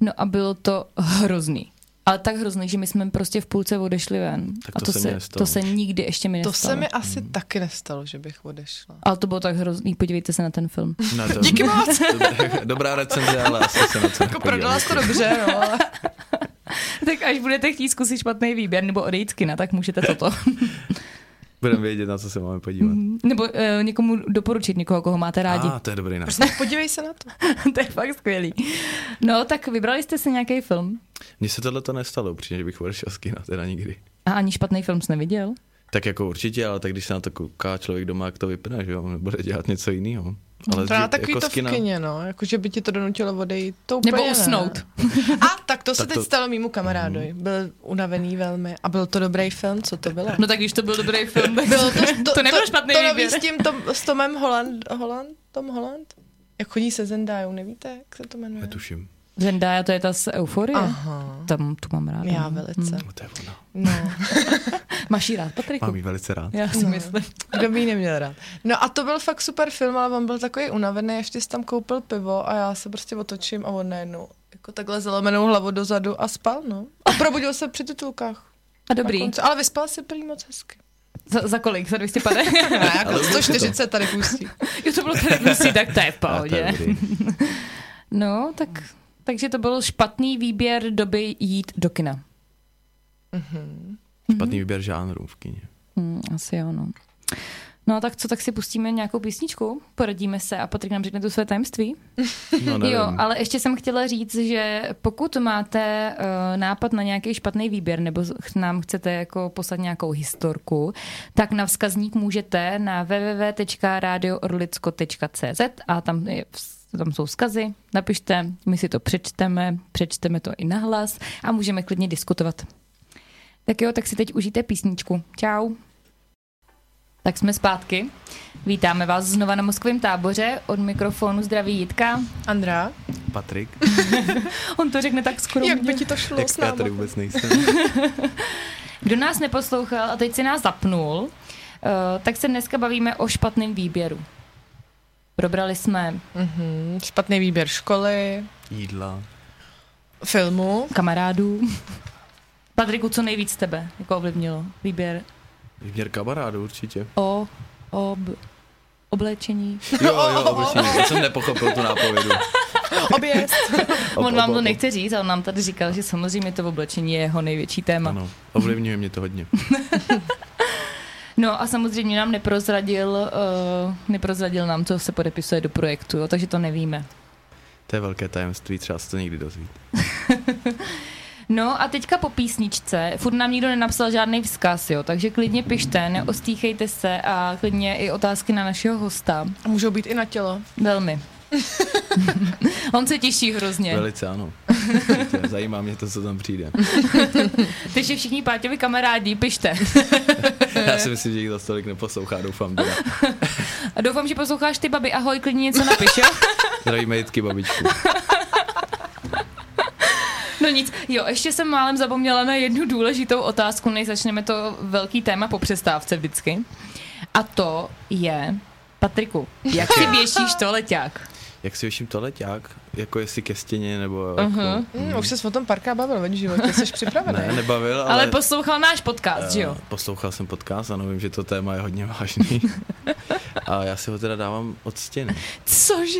No a bylo to hrozný. Ale tak hrozný, že my jsme prostě v půlce odešli ven. Tak a to to se mi se, nestalo. to se nikdy ještě mi To nestalo. se mi asi taky nestalo, že bych odešla. Ale to bylo tak hrozný, podívejte se na ten film. Na [LAUGHS] to. Díky moc. Dobrá- Dobrá recenze, ale asi se na to Jako nepodívám. prodala jsi to dobře, no, [LAUGHS] ale [LAUGHS] tak až budete chtít zkusit špatný výběr nebo odejít z kina, tak můžete toto. Budeme vědět, na co se máme podívat. nebo uh, někomu doporučit někoho, koho máte rádi. A, to je dobrý nápad. prostě podívej se na to. [LAUGHS] to je fakt skvělý. No, tak vybrali jste si nějaký film. Mně se tohle to nestalo upřímně, že bych odešel z kina, teda nikdy. A ani špatný film jsi neviděl? Tak jako určitě, ale tak když se na to kouká člověk doma, jak to vypne, že jo, on bude dělat něco jiného. Ale To na dřív- takový jako to z v kina- kině, no. Jako, že by ti to donutilo odejít. To úplně Nebo ne. [LAUGHS] usnout. A tak to se Tak teď to- Mhm. stalo mýmu kamarádovi. Byl unavený velmi. A byl to dobrý film, co to bylo? No tak když to [LAUGHS] byl dobrý film, tak Bylo to nebyl špatný to, to nový výběr. s tím tom, s Tomem Holland, Holland, Tom Holland? Jak chodí se Zendajou, nevíte, jak se to jmenuje? Netuším. [LAUGHS] Zendaya, to je ta z Euforie. Aha, Tam tu mám ráda. Hm. já velice. No, to je Jako- ono. Hmm. No, Máš jí rád, Patriku? Mám ji velice rád. Já si myslím. kdo by ji neměl rád. No a to byl fakt super film, ale on byl takový unavený, ještě si tam koupil pivo a já se prostě otočím a on najednou jako takhle zalomenou hlavu dozadu a spal, no. A probudil se při titulkách. A na dobrý. konci. Ale vyspal si prý moc hezky. Za, za kolik? Za [LAUGHS] 250? [LAUGHS] Ne, Ale jako už je to. 140 tady pustí. jo, to bylo tady prostě, tak to je v A to pohodě. je dobrý. No, tak, takže to byl špatný výběr doby jít do kina. Špatný výběr žánrů v kině. Hmm, asi jo, no. No a tak co, tak si pustíme nějakou písničku, poradíme se a Patrik nám řekne to své tajemství. [LAUGHS] No, nevím. Jo, ale ještě jsem chtěla říct, že pokud máte uh, nápad na nějaký špatný výběr nebo z- ch- nám chcete jako poslat nějakou historku, tak na vzkazník můžete na www.radioorlicko.cz a tam je vz- tam jsou vzkazy, napište, my si to přečteme, přečteme to i nahlas a můžeme klidně diskutovat. Tak jo, tak si teď užijte písničku. Čau. Tak jsme zpátky. Vítáme vás znova na Moskvém táboře. Od mikrofonu zdraví Jitka, Andrá, [LAUGHS] Patrik, On to řekne tak skromně. jak by ti to šlo jak s já náma? tady vůbec nejsem. Kdo nás neposlouchal a teď si nás zapnul, eh, tak se dneska bavíme o špatném výběru. Probrali jsme Mhm, špatný výběr školy, Jídla. filmu. kamarádů. [LAUGHS] Patriku, co nejvíc tebe jako ovlivnilo? Výběr Výběr kamarádů [LAUGHS] určitě. o, ob, oblečení. Jo, jo, obecně. Já jsem nepochopil tu nápovědu. No, Objezd. Op, [LAUGHS] On op, vám to op. nechce říct, ale on nám tady říkal, že samozřejmě to oblečení je jeho největší téma. Ano, ovlivňuje mě to hodně. No a samozřejmě nám neprozradil, uh, neprozradil nám, co se podepisuje do projektu, jo, takže to nevíme. To je velké tajemství, třeba se to někdy dozvít. No a teďka po písničce, furt nám nikdo nenapsal žádný vzkaz, jo, takže klidně pište, neostýchejte se a klidně i otázky na našeho hosta. A můžou být i na tělo. Velmi. [LAUGHS] On se těší hrozně. Velice ano. Zajímá mě to, co tam přijde. Takže všichni Páťovi kamarádi, pište. Já si myslím, že jich zase tolik neposlouchá, doufám. Teda. A doufám, že posloucháš ty babi, ahoj, klidně něco napiš, jo? Zdravíme Jitky babičku. No nic, jo, ještě jsem málem zapomněla na jednu důležitou otázku, než začneme to velký téma po přestávce vždycky. A to je, Patriku, jak si běžíš to leťák? Jak si vyším to leťák? Jako jestli ke stěně nebo jako... Uh-huh. Hmm, už se o tom parka bavil, vidíš, životě jsi připravený. Ne, nebavil, ale... Ale, ale poslouchal náš podcast, že jo? Eh, Poslouchal jsem podcast, ano, vím, že to téma je hodně vážný. A já si ho teda dávám od stěny. Cože?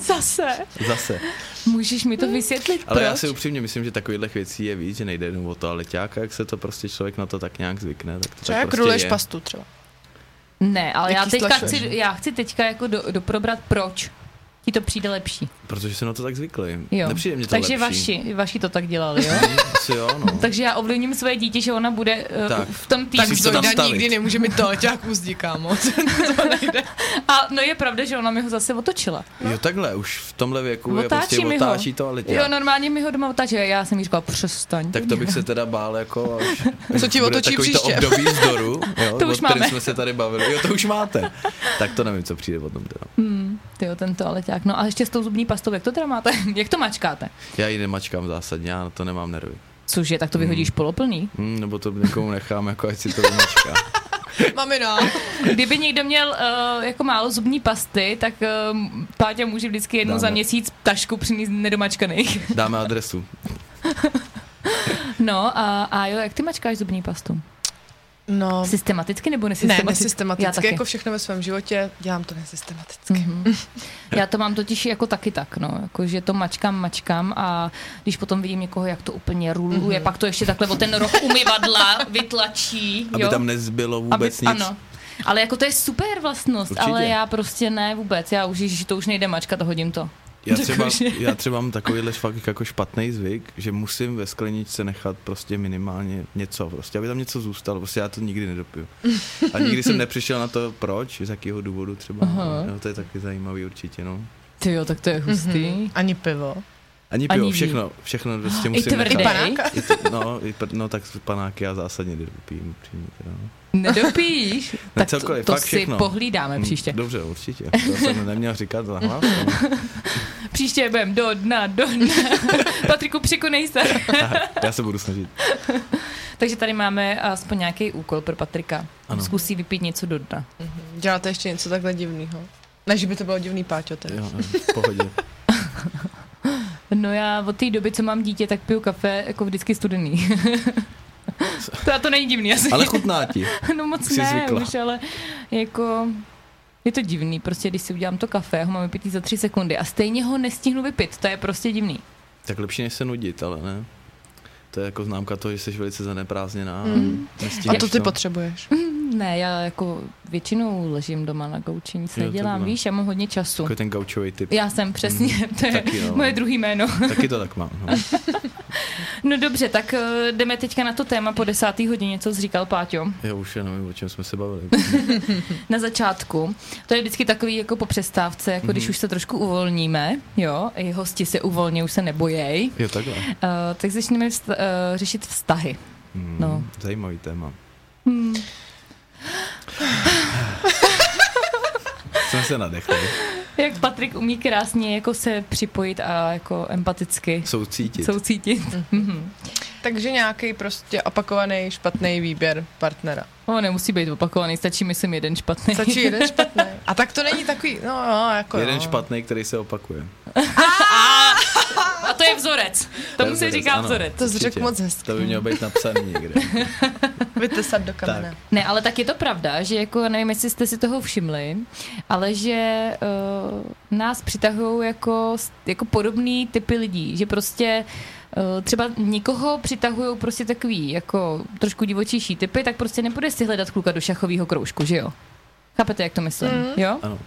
Zase? Zase. Můžeš mi to vysvětlit, Ale proč? já si upřímně myslím, že takových věcí je víc, že nejde jenom o to a leťáka, jak se to prostě člověk na to tak nějak zvykne. Tak to Třeba tak jak prostě ruleš je. pastu třeba. Ne, ale já Jaký teďka, stlačuješ? chci, já chci teďka jako do, doprobrat, proč ti to přijde lepší. Protože jsem na to tak zvyklý. Jo. Nepřijde mě to Takže lepší. vaši, vaši to tak dělali, jo? [LAUGHS] Hm, Asi jo, no. Takže já ovlivním svoje dítě, že ona bude eh, Tak. v tom Tak Musíš týdnu. to tam Zojda stavit. nikdy nemůže mít to leťák uzdí, kámo. A no je pravda, že ona mi ho zase otočila. Jo, takhle, už v tomhle věku je Otáčí prostě mi ho. otáčí to a letěk. Jo, no, normálně mi ho doma otáčí. a Já jsem jí říkala, přestaň. Tak to bych se teda bál, jako [LAUGHS] až, Co ti bude otočí takový příště? to období vzdoru, jo, To už o kterém máme. jsme se tady bavili. Jo, to už máte. Tak to nevím, co přijde potom teda. Ty jo, ten toaleťák. No a ještě s tou zubní pastou, jak to teda máte? [LAUGHS] jak to mačkáte? Já ji nemačkám zásadně, já na to nemám nervy. Cože, tak to vyhodíš poloplný. Hm, nebo to někomu nechám, jako ať si to vymačká. Mamina. Kdyby někdo měl uh, jako málo zubní pasty, tak uh, Páťa může vždycky jednou Dáme. za měsíc tašku přinést nedomačkaných. Dáme adresu. No a, a jo, jak ty mačkáš zubní pastu? No, Systematicky nebo ne, nesystematicky? Já nesystematicky, taky. Mhm. jako všechno ve svém životě, dělám to nesystematicky. Já to mám totiž jako taky tak, no, jako, že to mačkám, mačkám a když potom vidím někoho, jak to úplně ruluje, mm-hmm. pak to ještě takhle o ten roh umyvadla vytlačí, Aby jo. tam nezbylo vůbec nic. Ano. Ale jako to je super vlastnost, Určitě. ale já prostě ne vůbec, já už, ježiš, to už nejde mačka, to hodím to. Já třeba, Jakože- já třeba mám takovýhle fakt jako špatný zvyk, že musím ve skleničce nechat prostě minimálně něco, prostě, aby tam něco zůstalo, prostě já to nikdy nedopiju. A nikdy jsem nepřišel na to, proč, z jakého důvodu třeba, Aha. no, to je taky zajímavý určitě, no. Ty jo, tak to je hustý. Mm-hmm. Mhm. Ani pivo. Ani Ani pivo, vín. všechno, všechno [GASPS] prostě I musím tvrdý. nechat. I t- no, i pr- no, tak panáky já zásadně nedopijím, upřímně, teda, no. [LAUGHS] [LAUGHS] Nedopíš? tak celkově, to, to fakt si všechno. pohlídáme Hm, příště. Dobře, určitě. To jsem neměl říkat za hlas. ale- Příště budem do dna, do [LAUGHS] dna. Patriku, překonej se. Já se [LAUGHS] budu snažit. Takže tady máme aspoň nějaký úkol pro Patrika. Ano. Ano. Zkusí vypít něco do dna. Děláte ještě něco takhle divného. Ne, že by to bylo divný, Páťo, teda. Jo, jo, v pohodě. No já od té doby, co mám dítě, tak piju kafe jako vždycky studený. [LAUGHS] to, to není divný asi. Ale chutná ti. [LAUGHS] no moc jsi ne, zvykla. už, ale jako... Je to divný, prostě když si udělám to kafe, ho mám vypitý za tři sekundy a stejně ho nestihnu vypit, to je prostě divný. Tak lepší než se nudit, ale ne. To je jako známka toho, že jsi velice zaneprázdněná. no. Mm. A nestihneš to ty potřebuješ. Ne, já jako většinou ležím doma na gauči, nic Jo, nedělám, takhle. víš, já mám hodně času. Jako ten gaučový typ. Já jsem přesně, [LAUGHS] to je [LAUGHS] Taky Hmm, jo. moje druhý jméno. Taky to tak mám. No. No dobře, tak eh, jdeme teďka na to téma po desátý hodině, co jsi říkal Páťo. Já už já nevím, o čem jsme se bavili. Na začátku, to je vždycky takový jako po přestávce, jako mm-hmm. Mhm. když už se trošku uvolníme, jo, i hosti se uvolní, už se nebojej, Jo, takhle. uh, tak začneme vst- uh, řešit vztahy. Mm, No. Zajímavý téma. Hmm. Jsme se nadechli. Jak Patrik umí krásně jako se připojit a jako empaticky Soucítit. soucítit. Mm-hmm. Takže nějaký prostě opakovaný špatný výběr partnera. O, nemusí být opakovaný, stačí myslím jeden špatný. Stačí jeden špatný. A tak to není takový, no, no jako Jeden no. špatný, který se opakuje. A to je vzorec. Tomu se vzorec, říká ano. vzorec. To jsi Určitě. řekl moc hezky. Mm. To by mělo být napsaný [LAUGHS] někde. Vytesat do kamene. Tak. Ne, ale tak je to pravda, že jako nevím, jestli jste si toho všimli, ale že uh, nás přitahují jako, jako podobný typy lidí, že prostě uh, třeba nikoho přitahují prostě takový jako trošku divočejší typy, tak prostě nebude si hledat kluka do šachového kroužku, že jo? Chápete, jak to myslím, mm. jo? Ano.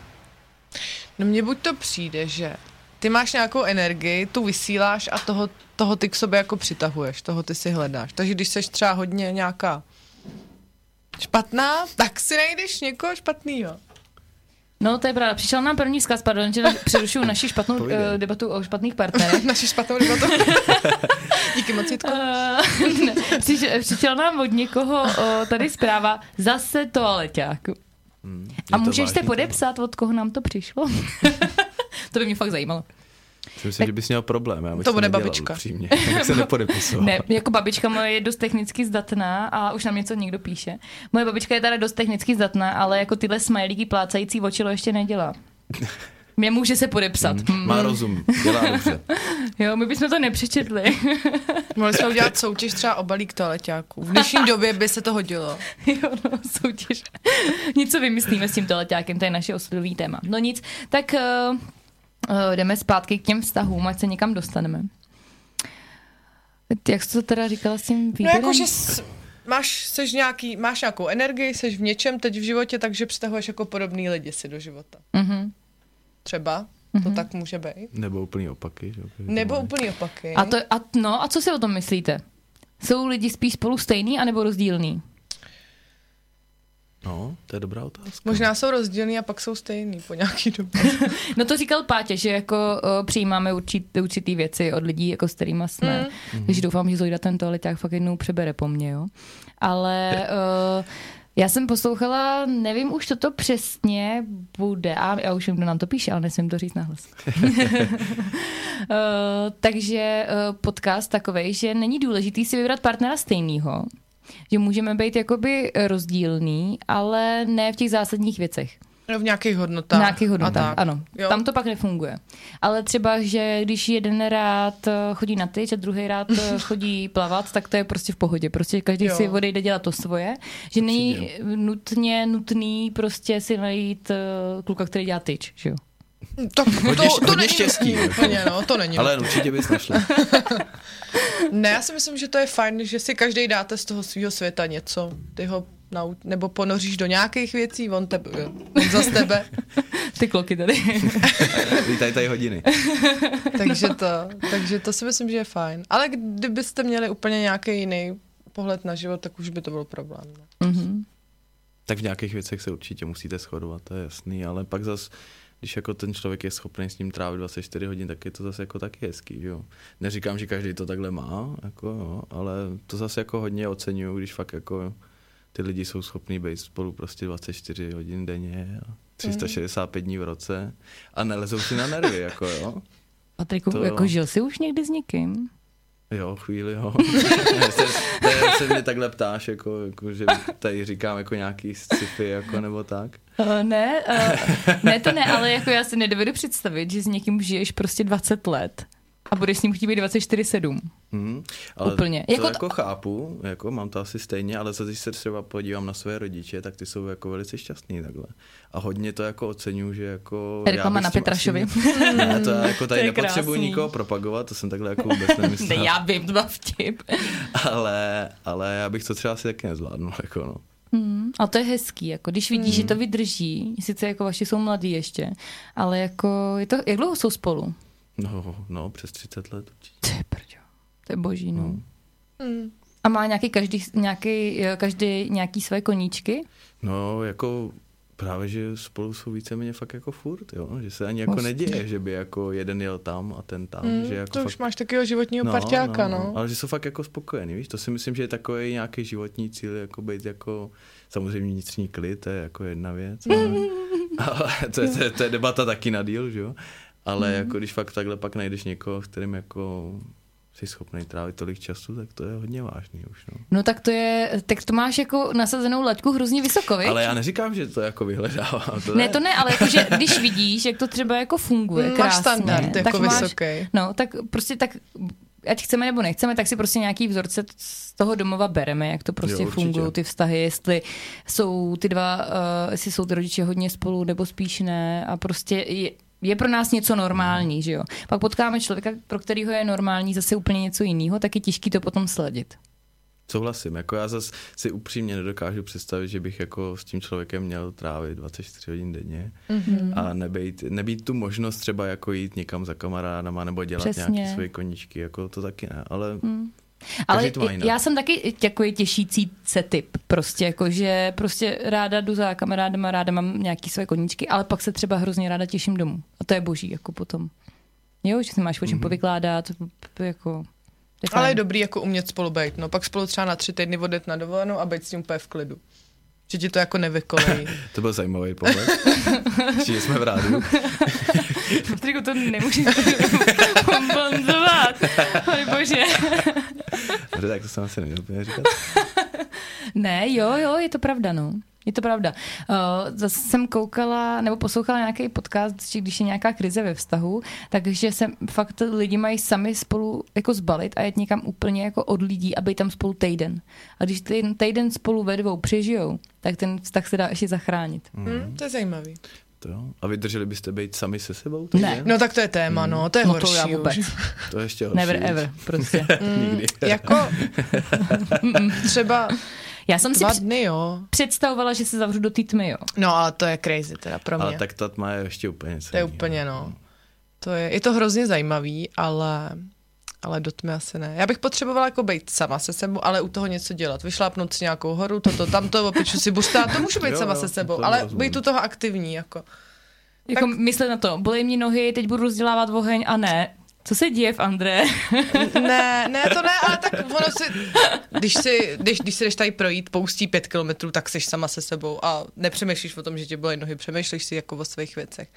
No mně buď to přijde, že ty máš nějakou energii, tu vysíláš a toho, toho ty k sobě jako přitahuješ, toho ty si hledáš. Takže když seš třeba hodně nějaká špatná, tak si najdeš někoho [LAUGHS] špatného. No to je pravda. Přišel nám první vzkaz, pardon, že přerušuju naši špatnou uh, Povídej. debatu o špatných partnerech. Naši špatnou [LAUGHS] debatu. Díky moc, Jitko. Eh, [LAUGHS] ne, přiš- Přišel nám od někoho o, tady zpráva, zase toaleťák. Mm, je A to můžeš vážný se téma. [LAUGHS] podepsat, od koho nám to přišlo? to by mě fakt zajímalo. si myslím, že bys měl problém. Já bych To se bude nedělal, babička. Upřímně. [LAUGHS] Já bych se nepodepisoval. Ne, jako babička moje je dost technicky zdatná a už nám něco někdo píše. Moje babička je teda dost technicky zdatná, ale jako tyhle smajlíky plácající očilo ještě [LAUGHS] nedělá. Mě může se podepsat. Mm. Mhm. Má rozum, dělá dobře. Jo, my bychom to nepřečetli. Mohli jsme udělat soutěž třeba o balík toaleťáků. V [LAUGHS] dnešní době by se to hodilo. [LAUGHS] jo, no, soutěž. Něco vymyslíme s tímto letákem, to je naše osudový téma. No nic, tak uh, uh, jdeme zpátky k těm vztahům, ať se někam dostaneme. Jak jsi to teda říkala s tím No výběrem? jako, že s- máš, seš nějaký, máš nějakou energii, seš v něčem teď v životě, takže přitahuješ jako podobný lidi si do života. Mhm. Třeba mm-hmm. to tak může být. Nebo úplný opaky. Že? jo, protože to Nebo máme. úplný opaky. A, to, a, no, a co si o tom myslíte? Jsou lidi spíš spolu stejný anebo rozdílný? No, to je dobrá otázka. Možná jsou rozdílný a pak jsou stejný po nějaký [LAUGHS] době. No to říkal Pátě, že jako uh, přijímáme určit, určitý věci od lidí, jako s kterýma jsme. Mm. Takže doufám, že Zojda ten toaleťák fakt jednou přebere po mně, jo. Ale uh, já jsem poslouchala, nevím už, co to přesně bude. A já už vím, kdo nám to píše, ale nesmím to říct nahlas. Uh, takže uh, podcast takovej, že není důležitý si vybrat partnera stejného, že můžeme být jakoby rozdílný, ale ne v těch zásadních věcech. No v nějakých Tak, hodnotách. nějakých a hodnotách, tak. ano. Jo. Jo. Tam to pak nefunguje. Ale třeba, že když jeden rád eh, chodí na tyč a druhý rád [LAUGHS] eh, chodí plavat, tak to je prostě v pohodě. Prostě každý Jo. jo. si odejde dělat to svoje. Že není nutně nutný prostě si najít eh, kluka, který dělá tyč, že jo? [LAUGHS] Tak, Hodně- to, to hodně není štěstí. nutný Úplně, no, to není. Ale určitě bys našla. Ne, já si myslím, že to je fajn, že si každý dáte z toho svého světa něco. Ty ho nau- nebo ponoříš do nějakých věcí, on, tebe, on [LAUGHS] zas tebe. Ty kloky [LAUGHS] tady. Vítaj tady hodiny. No. Takže, to, takže to si myslím, že je fajn. Ale kdybyste měli úplně nějaký jiný pohled na život, tak už by to byl problém. no. Ne? Mhm. Tak v nějakých věcech se určitě musíte shodovat, to je jasný, ale pak zas, když jako ten člověk je schopný s ním trávit 24 hodin, tak je to zase jako taky hezký, že jo. Neříkám, že každý to takhle má, jako jo, ale to zase jako hodně oceňuju, když fakt jako ty lidi jsou schopní být spolu prostě 24 hodin denně a 365 dní v roce a nelezou si na nervy, jako jo. Patriku, To- to... jako žil jsi už někdy s někým? Jo, chvíli, jo. Ne, se, ne, se mě takhle ptáš, jako, jako, že tady říkám jako nějaký sci-fi, jako, nebo tak. Uh, ne, [LAUGHS] uh, ne to ne, ale jako já si nedovedu představit, že s někým žiješ prostě 20 let a budeš s ním chtít být 24-7. Hmm, ale Úplně. To jako, Jako t- jako chápu, jako mám to asi stejně, ale zase, když se třeba podívám na své rodiče, tak ty jsou jako velice šťastní takhle. A hodně to jako oceňuju, že jako... já Reklama bych na s tím Petrašovi. Asi, ne, to já jako tady To je nepotřebuji krásný. nikoho propagovat, to jsem takhle jako vůbec nemyslel. Ne, já vím, to byl vtip. ale, ale já bych to třeba asi taky nezvládnul, jako no. Mm, a to je hezký, jako když vidíš, že to vydrží, sice jako vaši jsou mladí ještě, ale jako je to, jak dlouho jsou spolu? No, no, přes 30 let určitě. To je prďo. To je boží, no. Mm. Hmm. A má nějaký každý, nějaký, eh, každý nějaký své koníčky? No, jako právě, že spolu jsou víceméně fakt jako furt, jo? že se ani jako Vlastně. neděje, že by jako jeden jel tam a ten tam, Mm, že jako to fakt už máš takového životního no, parťáka, no. Ale že jsou fakt jako spokojený, víš, to si myslím, že je takový nějaký životní cíl, jako být jako, samozřejmě vnitřní klid, to je jako jedna věc, ale, [LAUGHS] ale to, je, to, je, to je debata taky na díl, že jo, Mm. ale jako když fakt takhle pak najdeš někoho, s kterým jako jsi schopný trávit tolik času, tak to je hodně vážný už, no. No tak to je, tak to máš jako nasazenou laťku hrozně No, vysoko, viď? Ale já neříkám, že to jako vyhledávám. To Ne, to ne, ale jakože když vidíš, jak to třeba jako funguje Hmm, Máš krásně, standard tak jako máš, vysoký. No, tak prostě tak, ať chceme nebo nechceme, tak si prostě nějaký vzorce t- z toho domova bereme, jak to Jo, prostě určitě. fungují ty vztahy, jestli jsou ty dva, uh, jestli jsou ty rodiče hodně spolu nebo spíš ne a prostě je, je pro nás něco normální, že jo. Pak potkáme člověka, pro kterého je normální zase úplně něco jiného, tak je těžký to potom sledit. Souhlasím, jako já zase si upřímně nedokážu představit, že bych jako s tím člověkem měl trávit 24 hodin denně Mhm. mm-hmm. a nebejt, nebýt tu možnost třeba jako jít někam za kamarádama nebo dělat Přesně. Přesně. Mhm. nějaké svoje koníčky, jako to taky ne, ale mm. Ale Každý to má jinak. já jsem taky takový těšící se typ, prostě jako, že prostě ráda jdu za kamarádama, ráda mám nějaký své koníčky, ale pak se třeba hrozně ráda těším domů. A to je boží, jako potom. Jo, že si máš Mhm. o čem povykládat, p- jako... To je Ale je fajn. dobrý jako umět spolu být, no. Pak spolu třeba na tři týdny odjet na dovolenou a být s ním úplně v klidu. Že ti to jako [LAUGHS] nevykolejí. To byl zajímavý [LAUGHS] pohled. Ještě jsme v rádiu. Patriku, to [LAUGHS] nemůžete kompenzovat. Pane bože. Dobře, tak to jsem asi neměl úplně říkat. Ne, jo, jo, je to pravda, no. Je to pravda. Uh, Zase jsem koukala nebo poslouchala nějaký podcast, že když je nějaká krize ve vztahu, takže se fakt lidi mají sami spolu jako zbalit a jet někam úplně jako od lidí a být tam spolu týden. A když ten týden spolu ve dvou přežijou, tak ten vztah se dá ještě zachránit. Hmm, to je zajímavý. To jo. A vydrželi byste být sami se sebou? Ne. takže? No tak to je téma, no, to je No horší to já už. vůbec. To je ještě horší. Never ever, [LAUGHS] prostě. Nikdy. Jako [LAUGHS] Mm, třeba Já jsem si dva při- dny, jo. představovala, že se zavřu do té tmy, jo. No ale to je crazy teda pro mě. Ale tak ta tma je ještě úplně něco To je jiného. úplně, no. To je, je to hrozně zajímavý, ale, ale do tmy asi ne. Já bych potřebovala jako být sama se sebou, ale u toho něco dělat. Vyšlápnout si nějakou horu, toto, tamto, opiču si buštá, to můžu být Jo, jo, sama jo, se sebou, to ale rozumím. být u toho aktivní, jako. Jako tak... myslet na to, bolej mě nohy, teď budu rozdělávat oheň a ne. Co se děje v André? Ne, ne, to ne, ale tak ono si, když si, když, když si jdeš tady projít poustí pět kilometrů, tak jsi sama se sebou a nepřemýšlíš o tom, že tě bolej nohy, přemýšlíš si jako o svých věcech.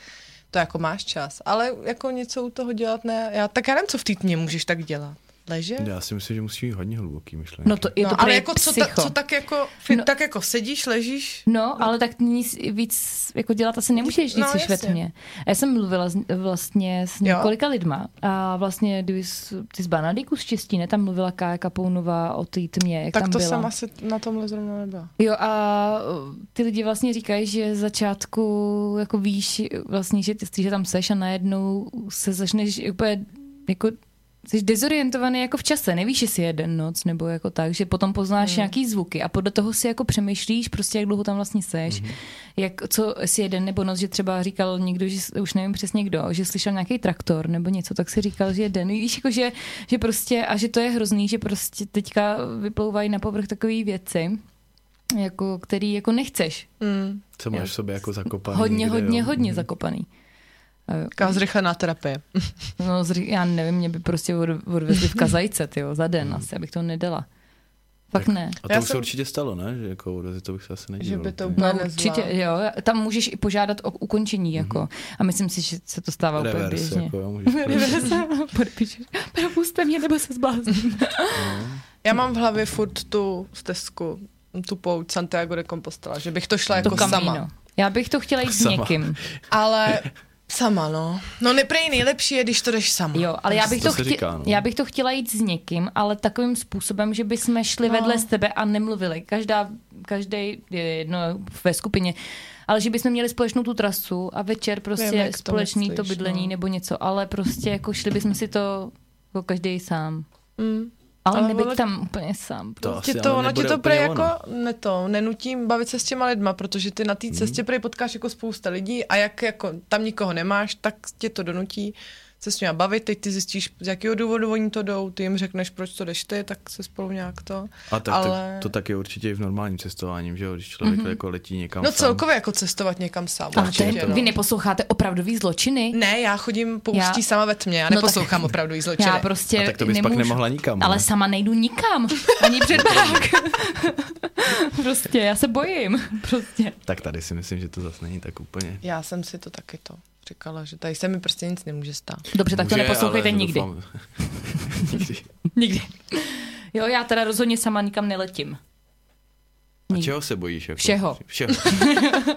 To jako máš čas, ale jako něco u toho dělat ne. Já, tak já nevím, co v té tmě můžeš tak dělat. Ležet? Já si myslím, že musí být hodně hluboký myšlenky. No to je no, to ale prej jako co, psycho. ta, co tak jako, no. tak jako sedíš, ležíš, No, ale tak nic víc jako dělat asi nemůžeš, když No, jsi ve jasně. tmě. A já jsem mluvila s- vlastně s několika lidma a vlastně kdyby s- ty z Banadiku z Čestíne, tam mluvila Kája Kapounová o té tmě, jak tak tam to byla. sama se na tomhle zrovna nebyla. Jo a uh, ty lidi vlastně říkají, že z začátku jako víš vlastně, že ty jsi, že tam seš a najednou se začneš úplně jako jsi dezorientovaný jako v čase, nevíš, jestli jeden noc nebo jako tak, že potom poznáš nějaký zvuky a podle toho si jako přemýšlíš prostě, jak dlouho tam vlastně seš, jak, co si jeden nebo noc, že třeba říkal někdo, že s- už nevím přesně kdo, že slyšel nějaký traktor nebo něco, tak si říkal, že je den. Víš, jako že, že prostě, a že to je hrozný, že prostě teďka vyplouvají na povrch takové věci, jako, který jako nechceš. Mm. Co máš v sobě jako zakopaný. hodně, někde, hodně, jo? hodně Mhm. zakopaný. Taková zrychlená terapie. No, zry, já nevím, mě by prostě od, odvezli v kazajce, tyjo, za Mhm. den asi, abych to nedala. Fakt ne. A to Já už se jsem- určitě stalo, ne? Že jako odrazit to bych se asi nedíval. Že by to úplně. úplně No nezvládla. určitě, jo. Tam můžeš i požádat o ukončení, jako. A myslím si, že se to stává úplně Mhm. Reverse, běžně. jako jo, [LAUGHS] můžeš [LAUGHS] Reverse, podepíšeš. Propuste mě, nebo se zblázním. Já mám v hlavě furt tu stezku, tu pouť Santiago de Compostela, že bych to šla To jako sama. kamíno. Já bych to chtěla jít s Sama. někým. Ale sama, no. No neprej nejlepší je, když to jdeš sama. Jo, ale já bych, To to se chtě... říká, no. já bych to chtěla jít s někým, ale takovým způsobem, že bychom šli no. vedle sebe a nemluvili. Každá, každý je jedno ve skupině. Ale že bychom měli společnou tu trasu a večer prostě Vím, Vím, jak to společný to, myslíš, bydlení no. nebo něco, ale prostě jako šli bychom si to jako každý sám. Mm. Ale, Ale ale nebyt vole- tam úplně sám. To Prostě asi to, ale ono ti nebude to úplně prej ono. Hmm. jako, ne to, nenutím bavit se s těma lidma, protože ty na té cestě prej potkáš jako spousta lidí a jak jako tam nikoho nemáš, tak tě to donutí se s nimi bavit, teď ty zjistíš, z jakého důvodu oni to jdou, ty jim řekneš, proč to jdeš ty, tak se spolu nějak to. A tak ale... to, to tak je určitě i v normálním cestováním, že jo? Když člověk mm-hmm. jako letí někam No sám. celkově jako cestovat někam sám. prostě. Ale to určitě, je, no. vy neposloucháte opravdový zločiny? Ne, já chodím pouští Já- já... sama ve tmě, já No tak- neposlouchám opravdu jí zločiny. Já prostě A tak to bys nemůžu. pak nemohla nikam. Ale ne? sama nejdu nikam, ani před [LAUGHS] barák. prostě, já se bojím, prostě. Tak tady si myslím, že to zase není tak úplně. já jsem si to taky to říkala, že tady se mi prostě nic [LAUGHS] nemůže stát. Dobře, tak to Může, neposlouchejte ale nikdy. doufám- [LAUGHS] nikdy. Nikdy. Jo, já teda rozhodně sama nikam neletím. A Nikdy. čeho se bojíš? Jako? Všeho. [LAUGHS] Všeho.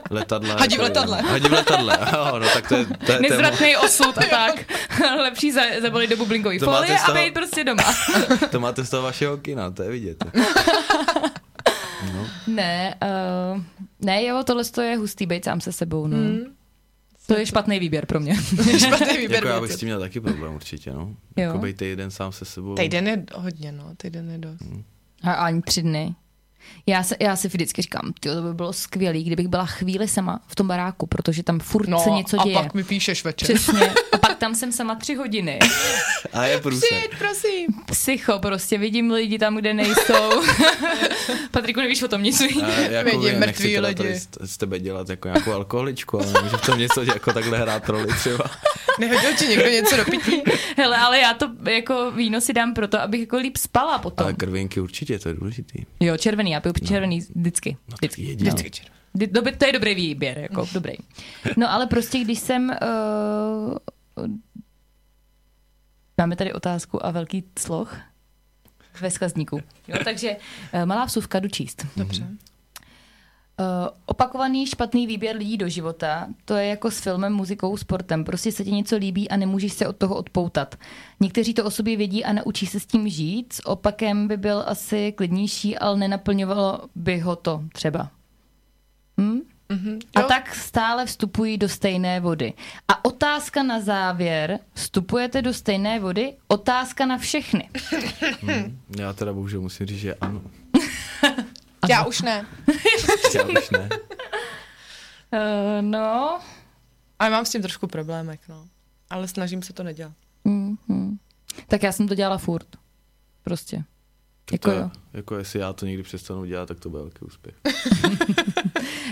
Letadla. Hadí v jako- letadle. Hadí v letadle. Jo, no tak to je, to je téma, Nezvratný osud [LAUGHS] a tak. [LAUGHS] Lepší za, zabalit do bublinkové To máte folie z toho- a být prostě doma. [LAUGHS] to máte z toho vašeho kina, to je vidět. No, Ne, uh, ne, jo, tohle to je hustý, být sám se sebou, no. Hmm. To je špatný výběr pro mě. Špatný výběr jako já bych s věcí. tím měl taky problém určitě, no. Jo. Jako bejte jeden sám se sebou. Týden je hodně, no, týden je dost. A ani tři dny. Já, se, já si vždycky říkám, tyjo, to by bylo skvělé, kdybych byla chvíli sama v tom baráku, protože tam furt se něco No a děje. [LAUGHS] pak mi píšeš večer. Přesně. No, A pak tam jsem sama tři hodiny. A je průse. Přijď, prosím. Psycho, prostě vidím lidi tam, kde nejsou. [LAUGHS] Patriku, nevíš o tom nic. A jako Vidím vy mrtví nechci teda lidi. tady z, z tebe dělat jako nějakou alkoholičku, ale může v tom něco jako takhle hrát roli třeba. No. Nehodil ti někdo něco do pití? Hele, ale já to jako víno si dám proto, abych jako líp spala potom. Ale krvinky určitě, to je důležitý. Jo, červený červený, já piju červený vždycky. Vždycky. jediný. vždycky. červený. Kdy- Doby, to je dobrý výběr, jako dobrý. No ale prostě, když jsem... Uh, eh, Máme tady otázku a velký sloh ve skazníku. Jo, takže eh, malá vsuvka jdu číst. Dobře. Uh, opakovaný špatný výběr lidí do života, to je jako s filmem, muzikou, sportem. Prostě se ti něco líbí a nemůžeš se od toho odpoutat. Někteří to o sobě vědí a naučí se s tím žít. S opakem by byl asi klidnější, ale nenaplňovalo by ho to třeba. Hm? A Jo. tak stále vstupují do stejné vody. A otázka na závěr. Vstupujete do stejné vody? Otázka na všechny. Já teda bohužel musím říct, že ano. Já už ne. Já už ne. Uh, no, Ale mám s tím trošku problémek, no. Ale snažím se to nedělat. Mm-hmm. Tak já jsem to dělala furt. Prostě. Jako To, jo. je- jako jestli já to někdy přestanu dělat, tak to bude velký úspěch.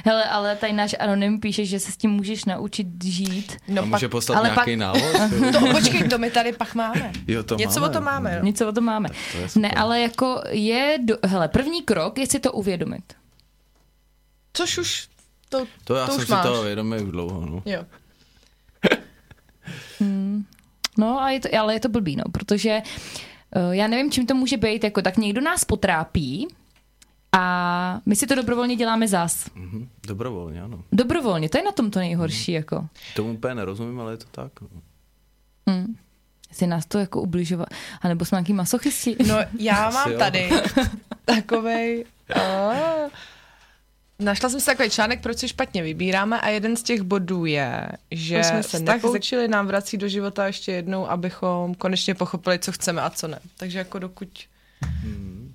Hele, ale tady náš anonym píše, že se s tím můžeš naučit žít. A No pak, může poslat ale nějaký pak- návod? [LAUGHS] jo? to, počkej, to my tady pak máme. Jo, to Něco máme. o to máme, jo. Něco o tom máme. to je ne, super. ale jako je... Do... Hele, první krok je si to uvědomit. Což už, to, To já to jsem už si máš. toho vědomý už dlouho, no. Jo. No, a je to, ale je to blbý, no, protože eh, já nevím, čím to může být, jako tak někdo nás potrápí a my si to dobrovolně děláme zas. Mhm. Dobrovolně, ano. Dobrovolně, to je na tom to nejhorší, jako. Tomu úplně nerozumím, ale je to tak. No. Jestli nás to jako ubližovat, anebo jsme nějaký masochisti. [LAUGHS] No, já Asi mám jo. tady takovej... A, našla jsem si takový článek, proč si špatně vybíráme a jeden z těch bodů je, že Už jsme jsme se se nepoučili. nepoučili, nám vrací do života ještě jednou, abychom konečně pochopili, co chceme a co ne. Takže jako dokud